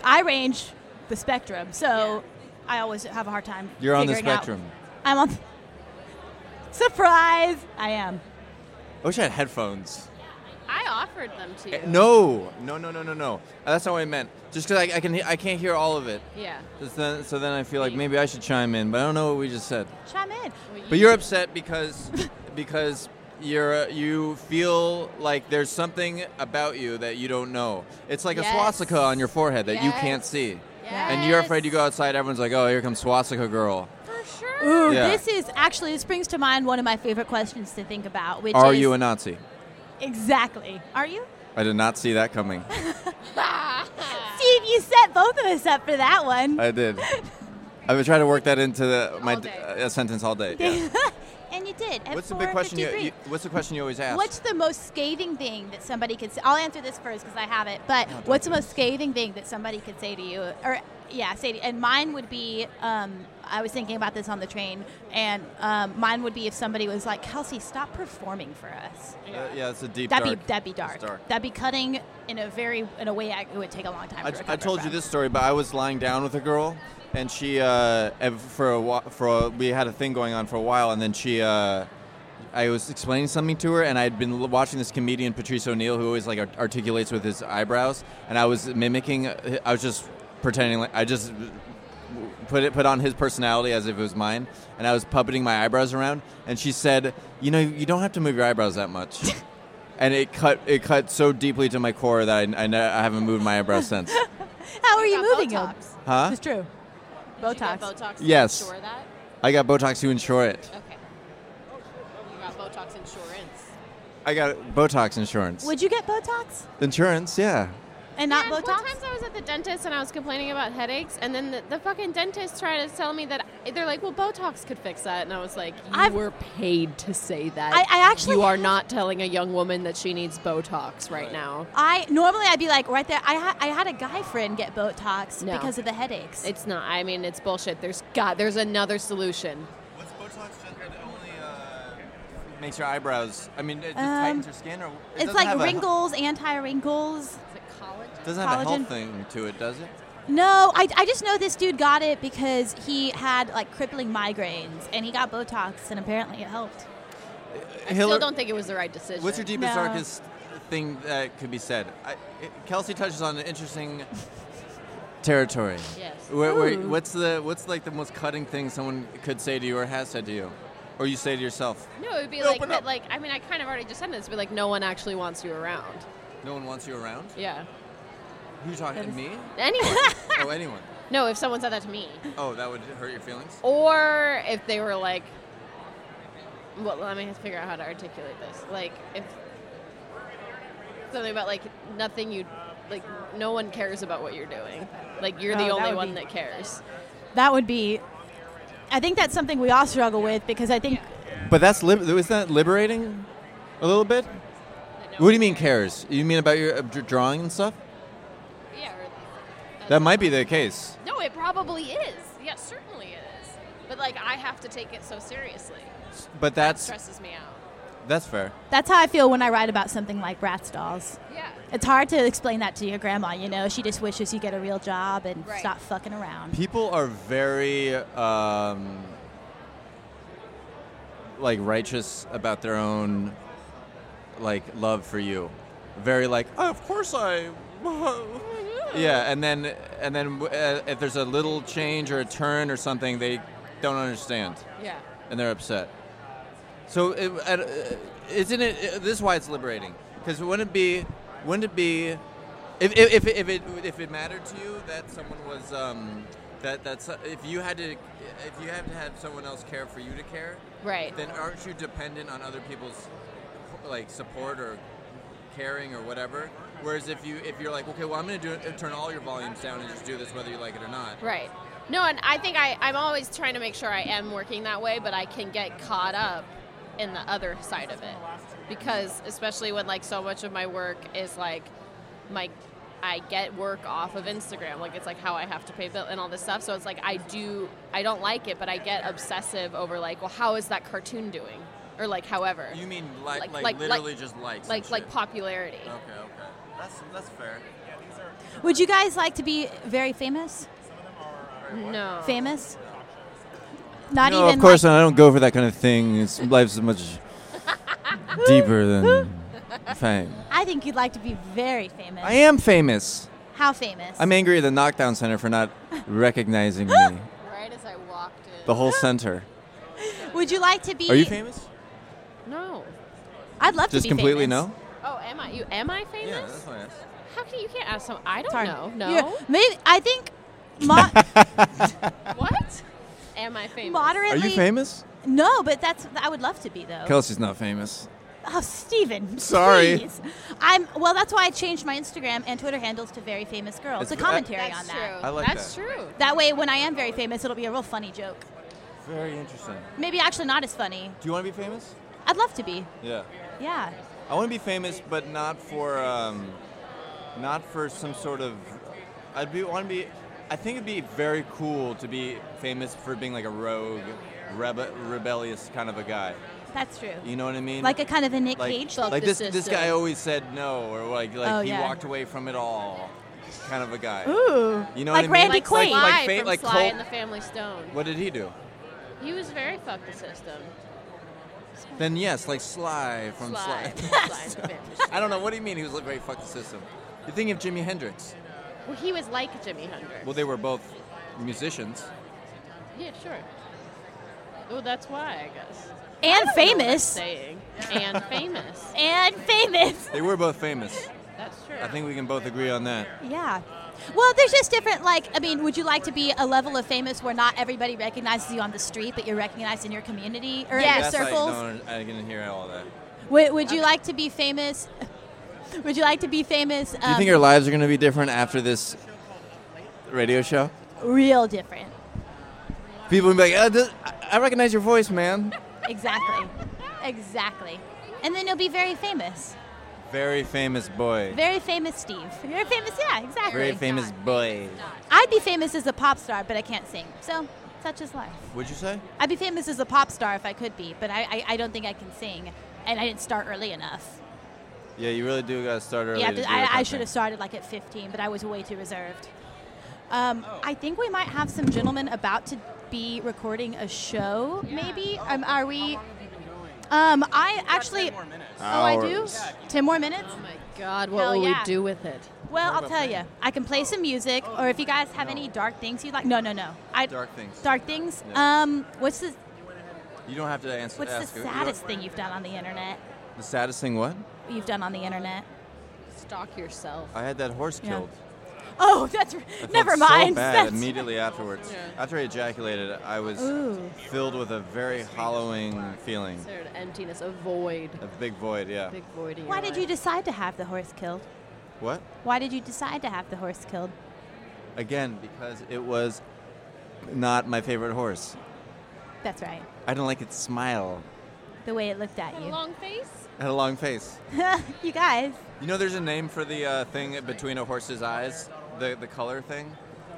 [SPEAKER 1] I range the spectrum, so I always have a hard time.
[SPEAKER 9] You're on the
[SPEAKER 1] figuring out-
[SPEAKER 9] spectrum.
[SPEAKER 1] I'm on. surprise! I am.
[SPEAKER 9] I wish Oh, I had headphones.
[SPEAKER 7] I offered them to you.
[SPEAKER 9] Eh, No, no, no, no, no, no. Uh, That's not what I meant. Just because I, I can, he- I can't hear all of it.
[SPEAKER 7] Yeah.
[SPEAKER 9] Just then, so then I feel like maybe I should chime in, but I don't know what we just said.
[SPEAKER 1] Chime in.
[SPEAKER 9] But you're upset because because you're uh, you feel like there's something about you that you don't know. It's like
[SPEAKER 7] Yes.
[SPEAKER 9] a swastika on your forehead that you can't
[SPEAKER 7] Yes.
[SPEAKER 9] see. And you're afraid you go outside, everyone's like, "Oh, here comes swastika girl."
[SPEAKER 1] Ooh,
[SPEAKER 9] Yeah.
[SPEAKER 1] this is actually this brings to mind one of my favorite questions to think about, which
[SPEAKER 9] Are
[SPEAKER 1] is
[SPEAKER 9] you a Nazi?
[SPEAKER 1] exactly? Are you?
[SPEAKER 9] I did not see that coming.
[SPEAKER 1] Steve, you set both of us up for that one.
[SPEAKER 9] I did. I've been trying to work that into the, my uh, sentence all day. yeah.
[SPEAKER 1] and you did. at
[SPEAKER 9] What's the big question? You,
[SPEAKER 1] 4:53.
[SPEAKER 9] you, what's the question you always ask?
[SPEAKER 1] What's the most scathing thing that somebody could say? I'll answer this first because I have it. But
[SPEAKER 9] No, don't
[SPEAKER 1] what's the most scathing thing that somebody could say to you? Or yeah, say to, and mine would be. Um, I was thinking about this on the train, and um, mine would be if somebody was like, "Kelsey, stop performing for us."
[SPEAKER 9] Uh, yeah, it's a deep.
[SPEAKER 1] that'd be
[SPEAKER 9] dark-
[SPEAKER 1] that'd be
[SPEAKER 9] it's
[SPEAKER 1] dark. That'd be cutting in a very in a way I, it would take a long time.
[SPEAKER 9] I,
[SPEAKER 1] to
[SPEAKER 9] I
[SPEAKER 1] recover
[SPEAKER 9] told you
[SPEAKER 1] from.
[SPEAKER 9] this story, but I was lying down with a girl, and she uh, ev- for a wa- for a, we had a thing going on for a while, and then she. Uh, I was explaining something to her, and I had been l- watching this comedian Patrice O'Neill, who always like art- articulates with his eyebrows, and I was mimicking. uh, I was just pretending like I just put it put on his personality as if it was mine, and I was puppeting my eyebrows around. And she said, "You know, you don't have to move your eyebrows that much." and it cut it cut so deeply to my core that I, I, ne- I haven't moved my eyebrows since.
[SPEAKER 1] How are you moving them?
[SPEAKER 9] Huh?
[SPEAKER 1] It's true. Botox. Botox.
[SPEAKER 9] Yes. I got Botox to insure it.
[SPEAKER 14] Okay. You got Botox insurance.
[SPEAKER 9] I got Botox insurance.
[SPEAKER 1] Would you get Botox?
[SPEAKER 9] Insurance, yeah.
[SPEAKER 1] And not
[SPEAKER 7] Man, Both times I was at the dentist and I was complaining about headaches, and then the, the fucking dentist tried to tell me that they're like, "Well, Botox could fix that," and I was like, "You were paid to say that.
[SPEAKER 1] I- I actually
[SPEAKER 7] you are not telling a young woman that she needs Botox right, now."
[SPEAKER 1] I normally I'd be like right there. I ha- I had a guy friend get Botox because of the headaches.
[SPEAKER 7] It's not. I mean, it's bullshit. There's God. There's another solution.
[SPEAKER 9] What's Botox only uh, makes your eyebrows? I mean, it just
[SPEAKER 1] Um,
[SPEAKER 9] tightens your skin, or it
[SPEAKER 1] it's
[SPEAKER 9] doesn't
[SPEAKER 1] like
[SPEAKER 9] have a-
[SPEAKER 1] wrinkles, anti wrinkles.
[SPEAKER 9] doesn't have a
[SPEAKER 1] collagen.
[SPEAKER 9] health thing to it, does it?
[SPEAKER 1] No, I, I just know this dude got it because he had like crippling migraines and he got Botox and apparently it helped.
[SPEAKER 7] I still
[SPEAKER 9] Hillary-
[SPEAKER 7] don't think it was the right decision.
[SPEAKER 9] What's your deepest, darkest thing that could be said? I, it, Kelsey touches on an interesting territory.
[SPEAKER 7] Yes.
[SPEAKER 9] Where, where,
[SPEAKER 1] Hmm.
[SPEAKER 7] Ooh.
[SPEAKER 9] what's the what's like the most cutting thing someone could say to you or has said to you, or you say to yourself?
[SPEAKER 7] No, it would be like that. Like, I mean, I kind of already just said this, but like, no one actually wants you around.
[SPEAKER 9] No one wants you around.
[SPEAKER 7] Yeah.
[SPEAKER 9] Who you talking to me?
[SPEAKER 7] Anyone?
[SPEAKER 9] oh, anyone.
[SPEAKER 7] no, if someone said that to me,
[SPEAKER 9] Oh, that would hurt your feelings.
[SPEAKER 7] or if they were like, well, let me figure out how to articulate this. Like, if something about like nothing you, like, no one cares about what you're doing. Like, you're
[SPEAKER 1] Oh,
[SPEAKER 7] the
[SPEAKER 1] that
[SPEAKER 7] only
[SPEAKER 1] would
[SPEAKER 7] one
[SPEAKER 1] be-
[SPEAKER 7] that cares.
[SPEAKER 1] That would be. I think that's something we all struggle with because I think
[SPEAKER 9] But that's lib- is that liberating, a little bit. What do you mean cares? You mean about your uh, dr- drawing and stuff?
[SPEAKER 14] Yeah. Or,
[SPEAKER 9] That might be the case.
[SPEAKER 14] no, it probably is. Yeah, certainly it is. But like, I have to take it so seriously.
[SPEAKER 9] But that's
[SPEAKER 14] That stresses me out.
[SPEAKER 9] that's fair.
[SPEAKER 1] that's how I feel when I write about something like Bratz dolls.
[SPEAKER 14] Yeah.
[SPEAKER 1] It's hard to explain that to your grandma, you know. She just wishes you get a real job and stop fucking around.
[SPEAKER 9] People are very um, like righteous about their own like love for you. Very like oh, of course I. yeah, and then and then uh, if there's a little change or a turn or something, they don't understand.
[SPEAKER 7] Yeah.
[SPEAKER 9] and they're upset. So it, at, uh, isn't it? uh, This is why it's liberating. Because wouldn't it be? Wouldn't it be? If, if, if, it- if it if it mattered to you that someone was um, that that's if you had to if you had to have someone else care for you to care,
[SPEAKER 7] Right.
[SPEAKER 9] Then aren't you dependent on other people's like support or caring or whatever? Whereas if you if you're like okay, well I'm gonna do it, uh, turn all your volumes down and just do this whether you like it or not.
[SPEAKER 7] Right. No, and I think I, I'm always trying to make sure I am working that way, but I can get caught up in the other side of it. Because especially when like so much of my work is like my I get work off of Instagram. Like it's like how I have to pay bill and all this stuff. So it's like I do I don't like it, but I get obsessive over like, well how is that cartoon doing? Or like however.
[SPEAKER 9] You mean like like, literally just likes and
[SPEAKER 7] Like like
[SPEAKER 9] shit.
[SPEAKER 7] popularity.
[SPEAKER 9] Okay, okay. That's that's fair.
[SPEAKER 1] Would you guys like to be very famous?
[SPEAKER 7] No.
[SPEAKER 1] Famous? Not
[SPEAKER 9] no,
[SPEAKER 1] even
[SPEAKER 9] of course not. I don't go for that kind of thing. It's, life's much deeper than fame.
[SPEAKER 1] I think you'd like to be very famous.
[SPEAKER 9] I am famous.
[SPEAKER 1] How famous?
[SPEAKER 9] I'm angry at the knockdown center for not recognizing me.
[SPEAKER 7] Right as I walked in.
[SPEAKER 9] The whole center.
[SPEAKER 1] Would you like to be?
[SPEAKER 9] Are you famous?
[SPEAKER 14] Oh.
[SPEAKER 7] No.
[SPEAKER 1] I'd love to
[SPEAKER 9] Just
[SPEAKER 1] be
[SPEAKER 9] completely
[SPEAKER 1] famous.
[SPEAKER 9] no.
[SPEAKER 7] Oh, am I you am I famous?
[SPEAKER 9] why.
[SPEAKER 7] How can you can't ask some? I don't
[SPEAKER 1] Sorry.
[SPEAKER 7] know.
[SPEAKER 1] You're-
[SPEAKER 7] No.
[SPEAKER 1] maybe I think. Mo-
[SPEAKER 7] what? Am I famous?
[SPEAKER 1] Moderately.
[SPEAKER 9] Are you famous?
[SPEAKER 1] No, but that's I would love to be though.
[SPEAKER 9] Kelsey's not famous.
[SPEAKER 1] Oh, Steven.
[SPEAKER 9] Sorry.
[SPEAKER 1] please. I'm well. That's why I changed my Instagram and Twitter handles to very famous girl. It's a
[SPEAKER 9] It's-
[SPEAKER 1] commentary
[SPEAKER 9] That's
[SPEAKER 1] on that.
[SPEAKER 9] true. I like That's that.
[SPEAKER 7] true.
[SPEAKER 1] That way, when I am very famous, it'll be a real funny joke.
[SPEAKER 9] Very interesting.
[SPEAKER 1] Maybe actually not as funny.
[SPEAKER 9] Do you want to be famous?
[SPEAKER 1] I'd love to be.
[SPEAKER 9] Yeah.
[SPEAKER 1] Yeah.
[SPEAKER 9] I want to be famous, but not for, um, not for some sort of. I'd be want to be. I think it'd be very cool to be famous for being like a rogue, rebe- rebellious kind of a guy.
[SPEAKER 1] That's true.
[SPEAKER 9] You know what I mean?
[SPEAKER 1] Like a kind of a Nick
[SPEAKER 9] like,
[SPEAKER 1] Cage? Fuck
[SPEAKER 9] Like
[SPEAKER 1] the
[SPEAKER 9] this, this
[SPEAKER 1] system.
[SPEAKER 9] guy always said no, or like like
[SPEAKER 1] Oh,
[SPEAKER 9] he
[SPEAKER 1] yeah.
[SPEAKER 9] walked away from it all, kind of a guy.
[SPEAKER 1] Ooh.
[SPEAKER 9] You know
[SPEAKER 1] Like
[SPEAKER 9] what I mean?
[SPEAKER 1] Randy
[SPEAKER 9] Like,
[SPEAKER 1] Quaid.
[SPEAKER 9] like,
[SPEAKER 14] Sly
[SPEAKER 9] fa-
[SPEAKER 14] from
[SPEAKER 9] like
[SPEAKER 14] Sly
[SPEAKER 9] Col-
[SPEAKER 14] and the Family Stone.
[SPEAKER 9] What did he do?
[SPEAKER 14] He was very fuck the system.
[SPEAKER 9] Then yes, like Sly from
[SPEAKER 14] Sly.
[SPEAKER 9] Sly.
[SPEAKER 14] Sly is a bit-
[SPEAKER 9] I don't know. What do you mean? He was like very fuck the system. You're thinking of Jimi Hendrix.
[SPEAKER 14] Well, he was like Jimi Hendrix.
[SPEAKER 9] Well, they were both musicians.
[SPEAKER 14] Yeah, sure. Well, that's why I guess.
[SPEAKER 1] And
[SPEAKER 14] I don't know what I'm
[SPEAKER 1] famous.
[SPEAKER 14] saying and famous.
[SPEAKER 1] And famous.
[SPEAKER 9] They were both famous.
[SPEAKER 14] That's true.
[SPEAKER 9] I think we can both agree on that.
[SPEAKER 1] Yeah. Well, there's just different, like, I mean, would you like to be a level of famous where not everybody recognizes you on the street, but you're recognized in your community or in your
[SPEAKER 9] That's
[SPEAKER 1] circles?
[SPEAKER 9] I, don't, I can hear all that. Do
[SPEAKER 1] Would, would you like to be famous? would you like to be famous? Um,
[SPEAKER 9] you think our lives are going to be different after this radio show?
[SPEAKER 1] real different?
[SPEAKER 9] People will be like, uh, this, I- I recognize your voice, man.
[SPEAKER 1] Exactly. exactly. And then you'll be very famous.
[SPEAKER 9] Very famous boy.
[SPEAKER 1] Very famous, Steve. Very famous, yeah, exactly.
[SPEAKER 9] Very famous boy.
[SPEAKER 1] I'd be famous as a pop star, but I can't sing. So, such is life.
[SPEAKER 9] What'd you say?
[SPEAKER 1] I'd be famous as a pop star if I could be, but I, I, I don't think I can sing, and I didn't start early enough.
[SPEAKER 9] Yeah, you really do got to start early.
[SPEAKER 1] yeah,
[SPEAKER 9] to do
[SPEAKER 1] th-
[SPEAKER 9] that
[SPEAKER 1] I,
[SPEAKER 9] kind
[SPEAKER 1] I
[SPEAKER 9] of
[SPEAKER 1] should
[SPEAKER 9] thing.
[SPEAKER 1] have started like at 15, but I was way too reserved. Um, I think we might have some gentlemen about to be recording a show. Maybe um, are we? Um, I actually. Oh, I do.
[SPEAKER 9] Hours.
[SPEAKER 1] Ten more minutes. Oh my
[SPEAKER 14] God, what will we do with it?
[SPEAKER 1] Well,
[SPEAKER 14] What
[SPEAKER 1] I'll
[SPEAKER 14] about
[SPEAKER 1] tell
[SPEAKER 14] me?
[SPEAKER 1] you. I can play some music, or if you guys have any dark things you'd like. No, no, no. I,
[SPEAKER 9] Dark things.
[SPEAKER 1] Dark things.
[SPEAKER 9] Yeah.
[SPEAKER 1] Um, what's the
[SPEAKER 9] You don't have to answer.
[SPEAKER 1] what's
[SPEAKER 9] ask
[SPEAKER 1] the
[SPEAKER 9] it. You
[SPEAKER 1] saddest
[SPEAKER 9] don't-
[SPEAKER 1] thing you've done on the internet?
[SPEAKER 9] The saddest thing? What?
[SPEAKER 1] You've done on the internet. Stalk yourself.
[SPEAKER 9] I had that horse
[SPEAKER 1] Yeah.
[SPEAKER 9] killed.
[SPEAKER 1] Oh, that's r-
[SPEAKER 9] I felt
[SPEAKER 1] never mind.
[SPEAKER 9] So bad
[SPEAKER 1] That's-
[SPEAKER 9] immediately afterwards. After I ejaculated, I was
[SPEAKER 14] Ooh.
[SPEAKER 9] filled with a very hollowing feeling,
[SPEAKER 14] Sort of emptiness, a void,
[SPEAKER 9] a big void. Yeah.
[SPEAKER 14] big void. in
[SPEAKER 1] Why
[SPEAKER 14] your
[SPEAKER 1] did
[SPEAKER 14] life.
[SPEAKER 1] you decide to have the horse killed?
[SPEAKER 9] What?
[SPEAKER 1] Why did you decide to have the horse killed?
[SPEAKER 9] Again, because it was not my favorite horse.
[SPEAKER 1] That's right.
[SPEAKER 9] I don't like its smile.
[SPEAKER 1] The way it looked at you.
[SPEAKER 14] long face.
[SPEAKER 9] It had a long face.
[SPEAKER 1] you guys,
[SPEAKER 9] You know, there's a name for the uh, thing between a horse's eyes, the the color thing.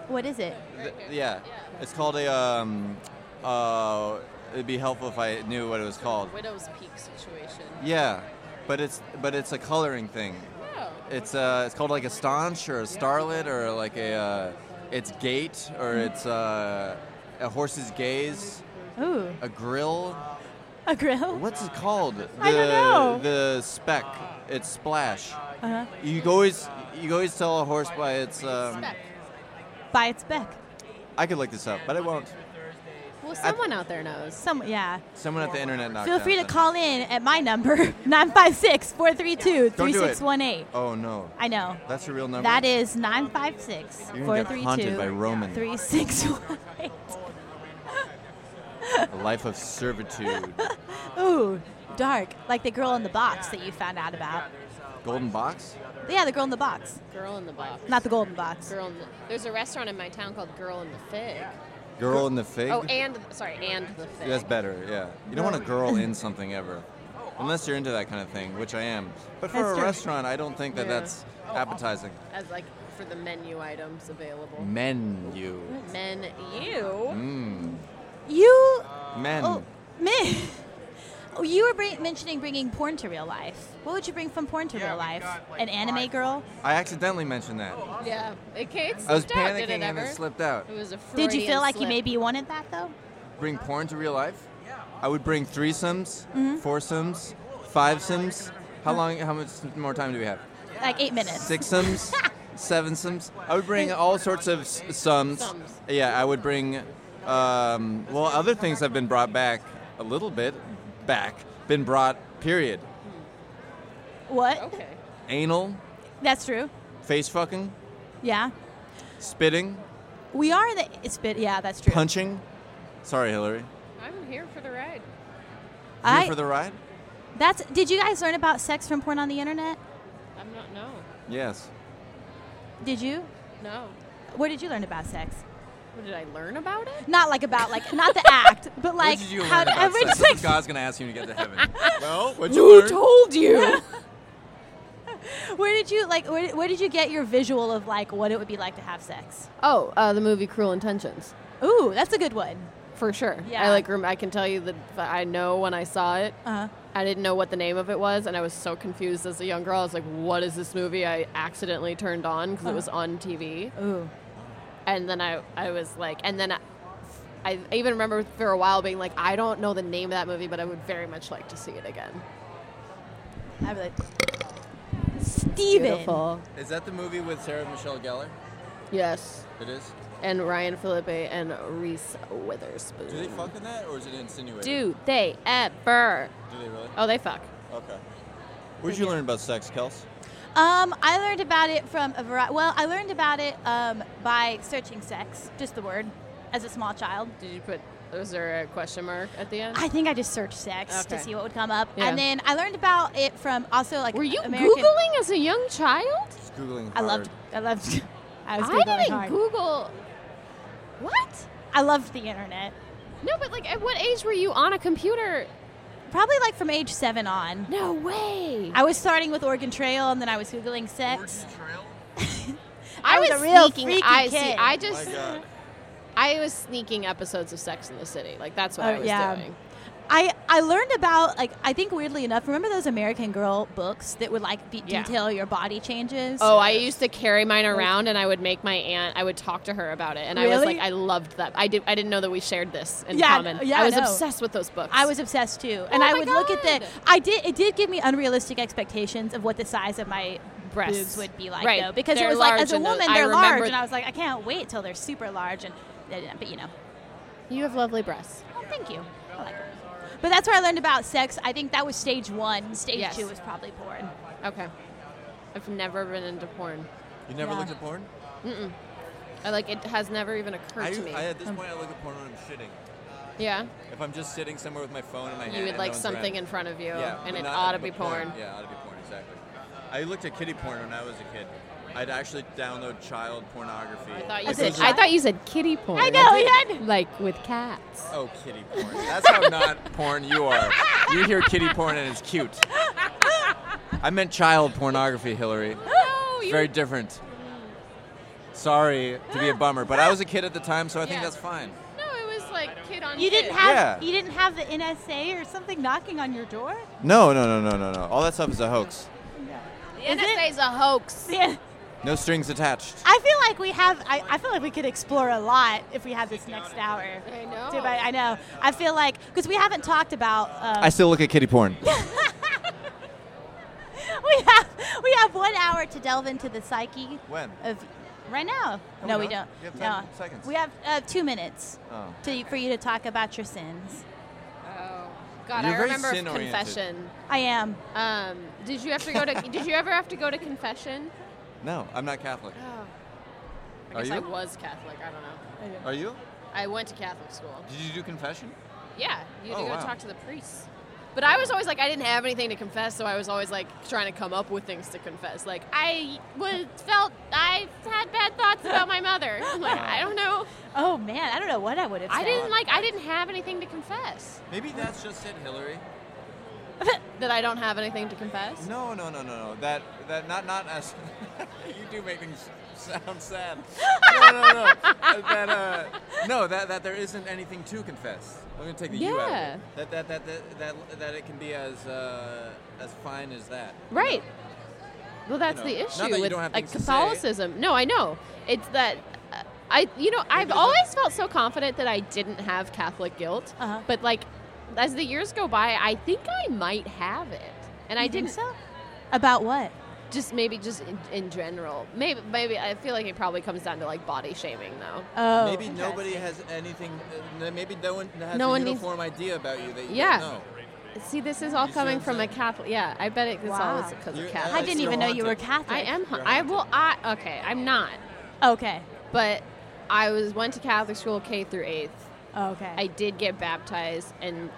[SPEAKER 1] what is it?
[SPEAKER 9] Th- yeah. It's called a. Um, uh, it'd be helpful if I knew what it was called.
[SPEAKER 14] Widow's peak situation.
[SPEAKER 9] Yeah, but it's but it's a coloring thing.
[SPEAKER 14] Oh.
[SPEAKER 9] It's uh, it's called like a staunch or a starlet or like a uh, it's gait or
[SPEAKER 1] Mm-hmm.
[SPEAKER 9] it's uh, a horse's gaze.
[SPEAKER 1] Ooh.
[SPEAKER 9] A grill.
[SPEAKER 1] A grill?
[SPEAKER 9] What's it called? The,
[SPEAKER 1] Oh. I don't know.
[SPEAKER 9] The speck. It's splash.
[SPEAKER 1] Uh-huh.
[SPEAKER 9] You can always you can always tell a horse by its. Um,
[SPEAKER 1] By its beck.
[SPEAKER 9] I could look this up, but I won't.
[SPEAKER 1] Well,
[SPEAKER 9] someone
[SPEAKER 1] out there knows. Some, yeah.
[SPEAKER 9] Someone at the internet knocked
[SPEAKER 1] Feel
[SPEAKER 9] out
[SPEAKER 1] free to
[SPEAKER 9] the-
[SPEAKER 1] call in at my number 956 432
[SPEAKER 9] Don't do it.
[SPEAKER 1] 3618.
[SPEAKER 9] Oh no.
[SPEAKER 1] I know.
[SPEAKER 9] That's a real number.
[SPEAKER 1] That is 956
[SPEAKER 9] You're gonna get haunted by
[SPEAKER 1] 432
[SPEAKER 9] Roman.
[SPEAKER 1] 3618.
[SPEAKER 9] a life of servitude.
[SPEAKER 1] Ooh, dark. Like the girl in the box that you found out about.
[SPEAKER 9] Golden box.
[SPEAKER 1] Yeah, the girl in the box.
[SPEAKER 14] Girl in the box.
[SPEAKER 1] Not the golden box.
[SPEAKER 14] Girl in the, there's a restaurant in my town called Girl in the Fig.
[SPEAKER 9] Girl in the fig.
[SPEAKER 14] Oh, and sorry, and the Fig.
[SPEAKER 9] That's better, yeah. You don't want a girl in something ever. Unless you're into that kind of thing, which I am. But for
[SPEAKER 14] That's
[SPEAKER 9] a
[SPEAKER 14] true.
[SPEAKER 9] restaurant, I don't think that
[SPEAKER 14] Yeah.
[SPEAKER 9] that's appetizing.
[SPEAKER 14] As like for the menu items available.
[SPEAKER 9] Menu.
[SPEAKER 14] Men, you.
[SPEAKER 9] Mm.
[SPEAKER 1] You.
[SPEAKER 9] Men.
[SPEAKER 1] Oh, men. Oh, you were bring, mentioning bringing porn to real life. What would you bring from porn to real life? An anime girl?
[SPEAKER 9] I accidentally mentioned that.
[SPEAKER 14] Yeah, it, it
[SPEAKER 9] I was
[SPEAKER 14] slipped out, did it
[SPEAKER 9] panicking and it
[SPEAKER 14] ever?
[SPEAKER 9] slipped out.
[SPEAKER 14] It was a
[SPEAKER 1] Did you
[SPEAKER 14] Freudian
[SPEAKER 1] feel like you
[SPEAKER 14] slip.
[SPEAKER 1] maybe wanted that though?
[SPEAKER 9] Bring porn to real life? I would bring threesomes,
[SPEAKER 14] Mm-hmm.
[SPEAKER 9] foursomes, fivesomes. How long, how much more time do we have?
[SPEAKER 1] Like eight minutes.
[SPEAKER 9] Sixums, sevensomes. I would bring all sorts of s- sums.
[SPEAKER 1] Sums.
[SPEAKER 9] Yeah, I would bring. Um, well, other things have been brought back a little bit. Back been brought. Period.
[SPEAKER 1] What?
[SPEAKER 14] Okay.
[SPEAKER 9] Anal,
[SPEAKER 1] That's true.
[SPEAKER 9] face fucking,
[SPEAKER 1] Yeah.
[SPEAKER 9] spitting,
[SPEAKER 1] We are in the. It's bit. Yeah, that's true.
[SPEAKER 9] punching. Sorry, Hillary. You
[SPEAKER 14] I'm here for the ride.
[SPEAKER 1] I.
[SPEAKER 9] Here for the ride?
[SPEAKER 1] that's. Did you guys learn about sex from porn on the internet?
[SPEAKER 14] I'm not no,
[SPEAKER 9] Yes.
[SPEAKER 1] Did you?
[SPEAKER 14] no.
[SPEAKER 1] Where did you learn about sex?
[SPEAKER 7] Did I learn about it?
[SPEAKER 1] Not like about like not the act, but like
[SPEAKER 9] did you
[SPEAKER 1] how
[SPEAKER 9] learn
[SPEAKER 1] to,
[SPEAKER 9] about
[SPEAKER 1] we're
[SPEAKER 9] sex?
[SPEAKER 1] just
[SPEAKER 9] That's
[SPEAKER 1] like
[SPEAKER 9] what God's gonna ask you when you get to heaven. well, what'd you
[SPEAKER 7] Who
[SPEAKER 9] learn?
[SPEAKER 7] told you?
[SPEAKER 1] where did you like where, did- where did you get your visual of like what it would be like to have sex?
[SPEAKER 7] Oh, uh, the movie Cruel Intentions.
[SPEAKER 1] Ooh, that's a good one.
[SPEAKER 7] For sure.
[SPEAKER 1] Yeah.
[SPEAKER 7] I like. Rem- I can tell you that that I know when I saw it.
[SPEAKER 1] Uh-huh.
[SPEAKER 7] I didn't know what the name of it was, and I was so confused as a young girl. I was like, "What is this movie?" I accidentally turned on because it was
[SPEAKER 1] Uh-huh.
[SPEAKER 7] on TV.
[SPEAKER 1] Ooh.
[SPEAKER 7] And then I, I was like, and then I, I even remember for a while being like, "I don't know the name of that movie, but I would very much like to see it again."
[SPEAKER 1] I'd be like, Steven.
[SPEAKER 7] Beautiful.
[SPEAKER 9] Is that the movie with Sarah Michelle Gellar?
[SPEAKER 7] Yes.
[SPEAKER 9] It is.
[SPEAKER 7] And Ryan Philippe and Reese Witherspoon.
[SPEAKER 9] Do they fuck in that, or is it insinuated?
[SPEAKER 7] Do they ever?
[SPEAKER 9] Do they really?
[SPEAKER 7] Oh, they fuck.
[SPEAKER 9] Okay. Where'd you learn about sex, Kels?
[SPEAKER 1] Um, I learned about it from a variety. Well, I learned about it um, by searching sex, just the word, as a small child.
[SPEAKER 7] Did you put? Was there a question mark at the end?
[SPEAKER 1] I think I just searched sex to
[SPEAKER 7] Okay.
[SPEAKER 1] see what would come up,
[SPEAKER 7] Yeah.
[SPEAKER 1] and then I learned about it from also like. Were you
[SPEAKER 7] Googling as a young child?
[SPEAKER 9] Googling.
[SPEAKER 1] I loved. I loved. I was.
[SPEAKER 7] I
[SPEAKER 1] Googling
[SPEAKER 7] didn't
[SPEAKER 1] hard.
[SPEAKER 7] Google. What?
[SPEAKER 1] I loved the internet.
[SPEAKER 7] No, but like, at what age were you on a computer?
[SPEAKER 1] Probably like from age seven on.
[SPEAKER 7] No way.
[SPEAKER 1] I was starting with Oregon Trail, and then I was googling sex.
[SPEAKER 7] I,
[SPEAKER 1] I
[SPEAKER 7] was,
[SPEAKER 1] was a real
[SPEAKER 7] sneaking.
[SPEAKER 1] freaky
[SPEAKER 7] I see.
[SPEAKER 1] kid.
[SPEAKER 7] I
[SPEAKER 1] My
[SPEAKER 7] just.
[SPEAKER 1] God.
[SPEAKER 7] I was sneaking episodes of Sex in the City. Like that's what
[SPEAKER 1] Oh,
[SPEAKER 7] I was
[SPEAKER 1] yeah.
[SPEAKER 7] doing.
[SPEAKER 1] I, I learned about like I think weirdly enough, remember those American Girl books that would like be,
[SPEAKER 7] Yeah.
[SPEAKER 1] detail your body changes?
[SPEAKER 7] Oh, I used to carry mine around, and I would make my aunt. I would talk to her about it, and I was
[SPEAKER 1] Really?
[SPEAKER 7] like, I loved that. I did. I didn't know that we shared this in
[SPEAKER 1] Yeah,
[SPEAKER 7] common.
[SPEAKER 1] yeah,
[SPEAKER 7] I was
[SPEAKER 1] no.
[SPEAKER 7] obsessed with those books.
[SPEAKER 1] I was obsessed too, and
[SPEAKER 7] Oh
[SPEAKER 1] I
[SPEAKER 7] my
[SPEAKER 1] would look at the.
[SPEAKER 7] God.
[SPEAKER 1] I did. It did give me unrealistic expectations of what the size of my breasts
[SPEAKER 7] Boobs.
[SPEAKER 1] would be like,
[SPEAKER 7] Right.
[SPEAKER 1] though, because
[SPEAKER 7] They're
[SPEAKER 1] it was like
[SPEAKER 7] large
[SPEAKER 1] as a
[SPEAKER 7] and those-
[SPEAKER 1] woman
[SPEAKER 7] I
[SPEAKER 1] they're large,
[SPEAKER 7] remember-
[SPEAKER 1] and I was like, I can't wait till they're super large, and but you know,
[SPEAKER 7] You have lovely breasts.
[SPEAKER 1] oh, thank you. I like it. But that's where I learned about sex. I think that was stage one. Stage
[SPEAKER 7] Yes.
[SPEAKER 1] two was probably porn.
[SPEAKER 7] Okay. I've never been into porn.
[SPEAKER 9] You never
[SPEAKER 7] Yeah.
[SPEAKER 9] looked at porn?
[SPEAKER 7] Mm-mm. I like it has never even occurred
[SPEAKER 9] I,
[SPEAKER 7] to me. Hmm.
[SPEAKER 9] I at this point I look at porn when I'm shitting.
[SPEAKER 7] yeah.
[SPEAKER 9] If I'm just sitting somewhere with my phone in my hand.
[SPEAKER 7] You would
[SPEAKER 9] and
[SPEAKER 7] like
[SPEAKER 9] no one's
[SPEAKER 7] something
[SPEAKER 9] around.
[SPEAKER 7] in front of you,
[SPEAKER 9] Yeah,
[SPEAKER 7] and
[SPEAKER 9] but
[SPEAKER 7] it
[SPEAKER 9] not-
[SPEAKER 7] ought to be
[SPEAKER 9] but
[SPEAKER 7] porn.
[SPEAKER 9] Yeah, ought to be porn exactly. I looked at kiddie porn when I was a kid. I'd actually download child pornography.
[SPEAKER 7] I thought you
[SPEAKER 9] Which
[SPEAKER 7] said
[SPEAKER 9] was
[SPEAKER 7] I
[SPEAKER 9] like-
[SPEAKER 7] thought you said kitty porn.
[SPEAKER 9] I know, yeah, I
[SPEAKER 7] Like with cats.
[SPEAKER 9] Oh, kitty porn. That's how not porn you are. You hear kitty porn and it's cute. I meant child pornography, Hillary.
[SPEAKER 7] No,
[SPEAKER 9] It's very different. Sorry to be a bummer, but I was a kid at the time, so I think
[SPEAKER 7] Yeah.
[SPEAKER 9] that's fine.
[SPEAKER 7] No, it was like kid on
[SPEAKER 1] You
[SPEAKER 7] kid.
[SPEAKER 1] didn't have
[SPEAKER 9] Yeah.
[SPEAKER 1] you didn't have the NSA or something knocking on your door.
[SPEAKER 9] No, no, no, no, no, no. All that stuff is a hoax.
[SPEAKER 7] The NSA is a hoax.
[SPEAKER 1] Yeah.
[SPEAKER 9] No strings attached.
[SPEAKER 1] I feel like we have. I, I feel like we could explore a lot if we have this next hour. I
[SPEAKER 7] know.
[SPEAKER 1] I, I know. I feel like because we haven't talked about. Um,
[SPEAKER 9] I still look at kitty porn.
[SPEAKER 1] we have we have one hour to delve into the psyche.
[SPEAKER 9] When?
[SPEAKER 1] Of right now.
[SPEAKER 9] No,
[SPEAKER 1] No,
[SPEAKER 9] we
[SPEAKER 1] we
[SPEAKER 9] don't.
[SPEAKER 1] don't.
[SPEAKER 9] We have
[SPEAKER 1] no.
[SPEAKER 9] ten seconds.
[SPEAKER 1] We have uh, two minutes
[SPEAKER 9] Oh.
[SPEAKER 1] to, for you to talk about your sins.
[SPEAKER 7] Oh God,
[SPEAKER 9] You're
[SPEAKER 7] I
[SPEAKER 9] very
[SPEAKER 7] remember
[SPEAKER 9] sin-oriented.
[SPEAKER 7] confession.
[SPEAKER 1] I am.
[SPEAKER 7] Um, did you have to go to? did you ever have to go to confession?
[SPEAKER 9] No, I'm not Catholic.
[SPEAKER 7] Oh. I
[SPEAKER 9] Are
[SPEAKER 7] guess I
[SPEAKER 9] you?
[SPEAKER 7] was Catholic. I don't know.
[SPEAKER 9] Are you?
[SPEAKER 7] I went to Catholic school.
[SPEAKER 9] Did you do confession?
[SPEAKER 7] Yeah, you had to
[SPEAKER 9] Oh,
[SPEAKER 7] go
[SPEAKER 9] wow.
[SPEAKER 7] talk to the priests. But I was always like, I didn't have anything to confess, so I was always like trying to come up with things to confess. Like I was felt I had bad thoughts about my mother. I'm like I don't know.
[SPEAKER 1] Oh man, I don't know what I would have.
[SPEAKER 7] I
[SPEAKER 1] said.
[SPEAKER 7] didn't like. I didn't have anything to confess.
[SPEAKER 9] Maybe that's just it, Hillary.
[SPEAKER 7] That I don't have anything to confess.
[SPEAKER 9] No, no, no, no, no. That that not not us. you do make things sound sad. No, no, no. that uh, no, that that there isn't anything to confess. I'm gonna take the you out.
[SPEAKER 7] Yeah.
[SPEAKER 9] Of it. That, that that that that that it can be as uh, as fine as that.
[SPEAKER 7] Right. Well, that's
[SPEAKER 9] know,
[SPEAKER 7] the
[SPEAKER 9] not
[SPEAKER 7] issue
[SPEAKER 9] that you
[SPEAKER 7] with
[SPEAKER 9] don't have
[SPEAKER 7] like
[SPEAKER 9] things to say.
[SPEAKER 7] Catholicism. No, I know. It's that uh, I, you know, I've always felt so confident that I didn't have Catholic guilt,
[SPEAKER 1] Uh-huh.
[SPEAKER 7] but like as the years go by, I think I might have it, and I
[SPEAKER 1] You think
[SPEAKER 7] didn't.
[SPEAKER 1] so? About what?
[SPEAKER 7] Just maybe, just in, in general. Maybe, maybe I feel like it probably comes down to like body shaming, though.
[SPEAKER 1] Oh,
[SPEAKER 9] maybe nobody has anything. Uh, maybe no one has
[SPEAKER 7] No
[SPEAKER 9] a
[SPEAKER 7] one needs-
[SPEAKER 9] uniform idea about you that you
[SPEAKER 7] Yeah.
[SPEAKER 9] don't know.
[SPEAKER 7] See, this is all
[SPEAKER 9] You see
[SPEAKER 7] coming
[SPEAKER 9] what I'm
[SPEAKER 7] from a Catholic. Yeah, I bet it, it's
[SPEAKER 1] Wow.
[SPEAKER 7] all because
[SPEAKER 9] You're-
[SPEAKER 7] of Catholic.
[SPEAKER 1] I didn't even know you were Catholic.
[SPEAKER 7] I am. hun- I will. I okay. I'm not.
[SPEAKER 1] Okay.
[SPEAKER 7] But I was went to Catholic school K through eighth.
[SPEAKER 1] Okay.
[SPEAKER 7] I did get baptized, and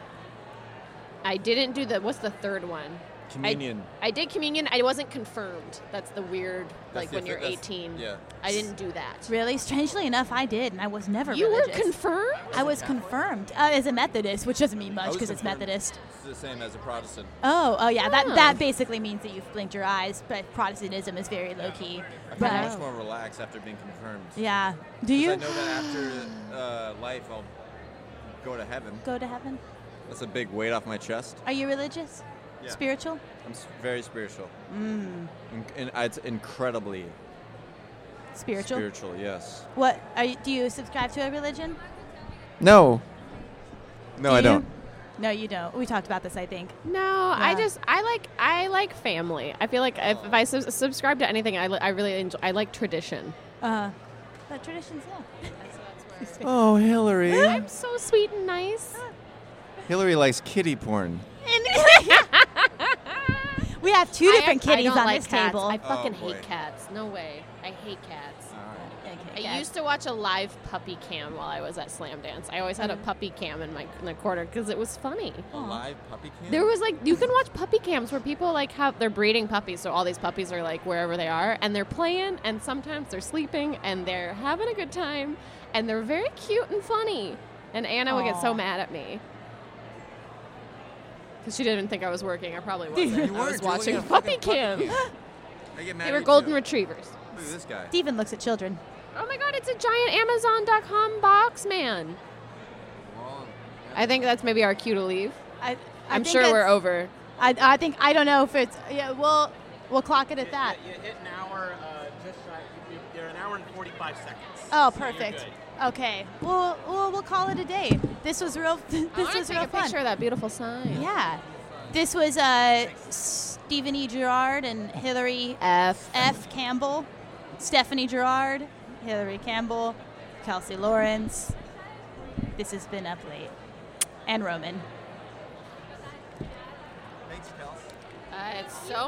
[SPEAKER 7] I didn't do the what's the third one?
[SPEAKER 9] Communion.
[SPEAKER 7] I, I did communion. I wasn't confirmed. That's the weird, like
[SPEAKER 9] the
[SPEAKER 7] when you're
[SPEAKER 9] offi- that's-
[SPEAKER 7] 18.
[SPEAKER 9] yeah.
[SPEAKER 7] I didn't do that.
[SPEAKER 1] Really? Strangely enough, I did, and I was never.
[SPEAKER 7] You were
[SPEAKER 1] religious.
[SPEAKER 7] confirmed?
[SPEAKER 1] I was confirmed uh, as a Methodist, which doesn't mean
[SPEAKER 9] I
[SPEAKER 1] much
[SPEAKER 9] was
[SPEAKER 1] because it's
[SPEAKER 9] confirmed.
[SPEAKER 1] Methodist.
[SPEAKER 9] It's the same as a Protestant.
[SPEAKER 1] Oh, oh yeah. That
[SPEAKER 9] Oh.
[SPEAKER 1] that basically means that you've blinked your eyes, but Protestantism is very low key.
[SPEAKER 9] I feel
[SPEAKER 1] But
[SPEAKER 9] much more relaxed after being confirmed.
[SPEAKER 1] Yeah. Do
[SPEAKER 9] 'Cause
[SPEAKER 1] you?
[SPEAKER 9] I know that after uh, life, I'll go to heaven.
[SPEAKER 1] go to heaven.
[SPEAKER 9] That's a big weight off my chest.
[SPEAKER 1] Are you religious?
[SPEAKER 9] Yeah.
[SPEAKER 1] Spiritual?
[SPEAKER 9] I'm s- very spiritual.
[SPEAKER 1] Mm.
[SPEAKER 9] In- in- uh, it's incredibly
[SPEAKER 1] Spiritual.
[SPEAKER 9] spiritual. Yes.
[SPEAKER 1] What are you, do you subscribe to a religion?
[SPEAKER 9] No. No,
[SPEAKER 1] Do
[SPEAKER 9] I
[SPEAKER 1] you?
[SPEAKER 9] don't.
[SPEAKER 1] No, you don't. We talked about this, I think.
[SPEAKER 7] No, I
[SPEAKER 1] Yeah.
[SPEAKER 7] just I like I like family. I feel like if, if
[SPEAKER 9] Oh.
[SPEAKER 7] I sub- subscribe to anything, I, li- I really enjoy. I like tradition. Uh-huh.
[SPEAKER 1] Uh, but traditions, yeah.
[SPEAKER 9] Oh, Hillary.
[SPEAKER 7] I'm so sweet and nice.
[SPEAKER 9] Hillary likes kitty porn.
[SPEAKER 1] we have two
[SPEAKER 7] I
[SPEAKER 1] different
[SPEAKER 7] act- I
[SPEAKER 1] kitties
[SPEAKER 7] don't
[SPEAKER 1] on
[SPEAKER 7] like
[SPEAKER 1] this
[SPEAKER 7] cats.
[SPEAKER 1] table.
[SPEAKER 7] I fucking
[SPEAKER 9] Oh,
[SPEAKER 1] boy.
[SPEAKER 7] hate cats. No way. I hate cats.
[SPEAKER 1] I
[SPEAKER 7] I used to watch a live puppy cam while I was at Slam Dance. I always had a
[SPEAKER 1] Mhm.
[SPEAKER 7] puppy cam in my in the corner because it was funny.
[SPEAKER 9] A live puppy cam?
[SPEAKER 7] There was like you can watch puppy cams where people like have they're breeding puppies, so all these puppies are like wherever they are, and they're playing, and sometimes they're sleeping, and they're having a good time, and they're very cute and funny. And Anna would get so
[SPEAKER 1] Aw.
[SPEAKER 7] mad at me because she didn't think I was working. I probably wasn't.
[SPEAKER 9] You
[SPEAKER 7] I
[SPEAKER 9] were
[SPEAKER 7] was
[SPEAKER 9] doing
[SPEAKER 7] watching
[SPEAKER 9] a
[SPEAKER 7] puppy
[SPEAKER 9] fucking puppy
[SPEAKER 7] cam.
[SPEAKER 9] cam. I get mad
[SPEAKER 7] they
[SPEAKER 9] at
[SPEAKER 7] were
[SPEAKER 9] you
[SPEAKER 7] golden
[SPEAKER 9] too.
[SPEAKER 7] retrievers.
[SPEAKER 9] Look at this guy.
[SPEAKER 1] Steven looks at children.
[SPEAKER 7] Oh my god, it's a giant Amazon.com box, man. I think that's maybe our cue to leave.
[SPEAKER 1] I, I
[SPEAKER 7] I'm
[SPEAKER 1] think
[SPEAKER 7] sure we're
[SPEAKER 1] it's-
[SPEAKER 7] over.
[SPEAKER 1] I, I think I don't know if it's yeah. We'll we'll clock it at that.
[SPEAKER 11] You hit an hour, uh, just shy. you- You're an hour and 45 seconds.
[SPEAKER 1] Oh,
[SPEAKER 11] So you're
[SPEAKER 1] perfect.
[SPEAKER 11] good.
[SPEAKER 1] Okay. Well, we'll we'll call it a day. This was real. This
[SPEAKER 7] I wanna
[SPEAKER 1] was
[SPEAKER 7] take
[SPEAKER 1] real
[SPEAKER 7] a
[SPEAKER 1] fun.
[SPEAKER 7] picture of that beautiful sign.
[SPEAKER 1] Yeah. This was uh, Stephen E. Gerard and Hillary
[SPEAKER 7] F.
[SPEAKER 1] F. Campbell, Stephanie Gerard, Hillary Campbell, Kelsey Lawrence. This has been up late, and Roman.
[SPEAKER 7] Uh, it's so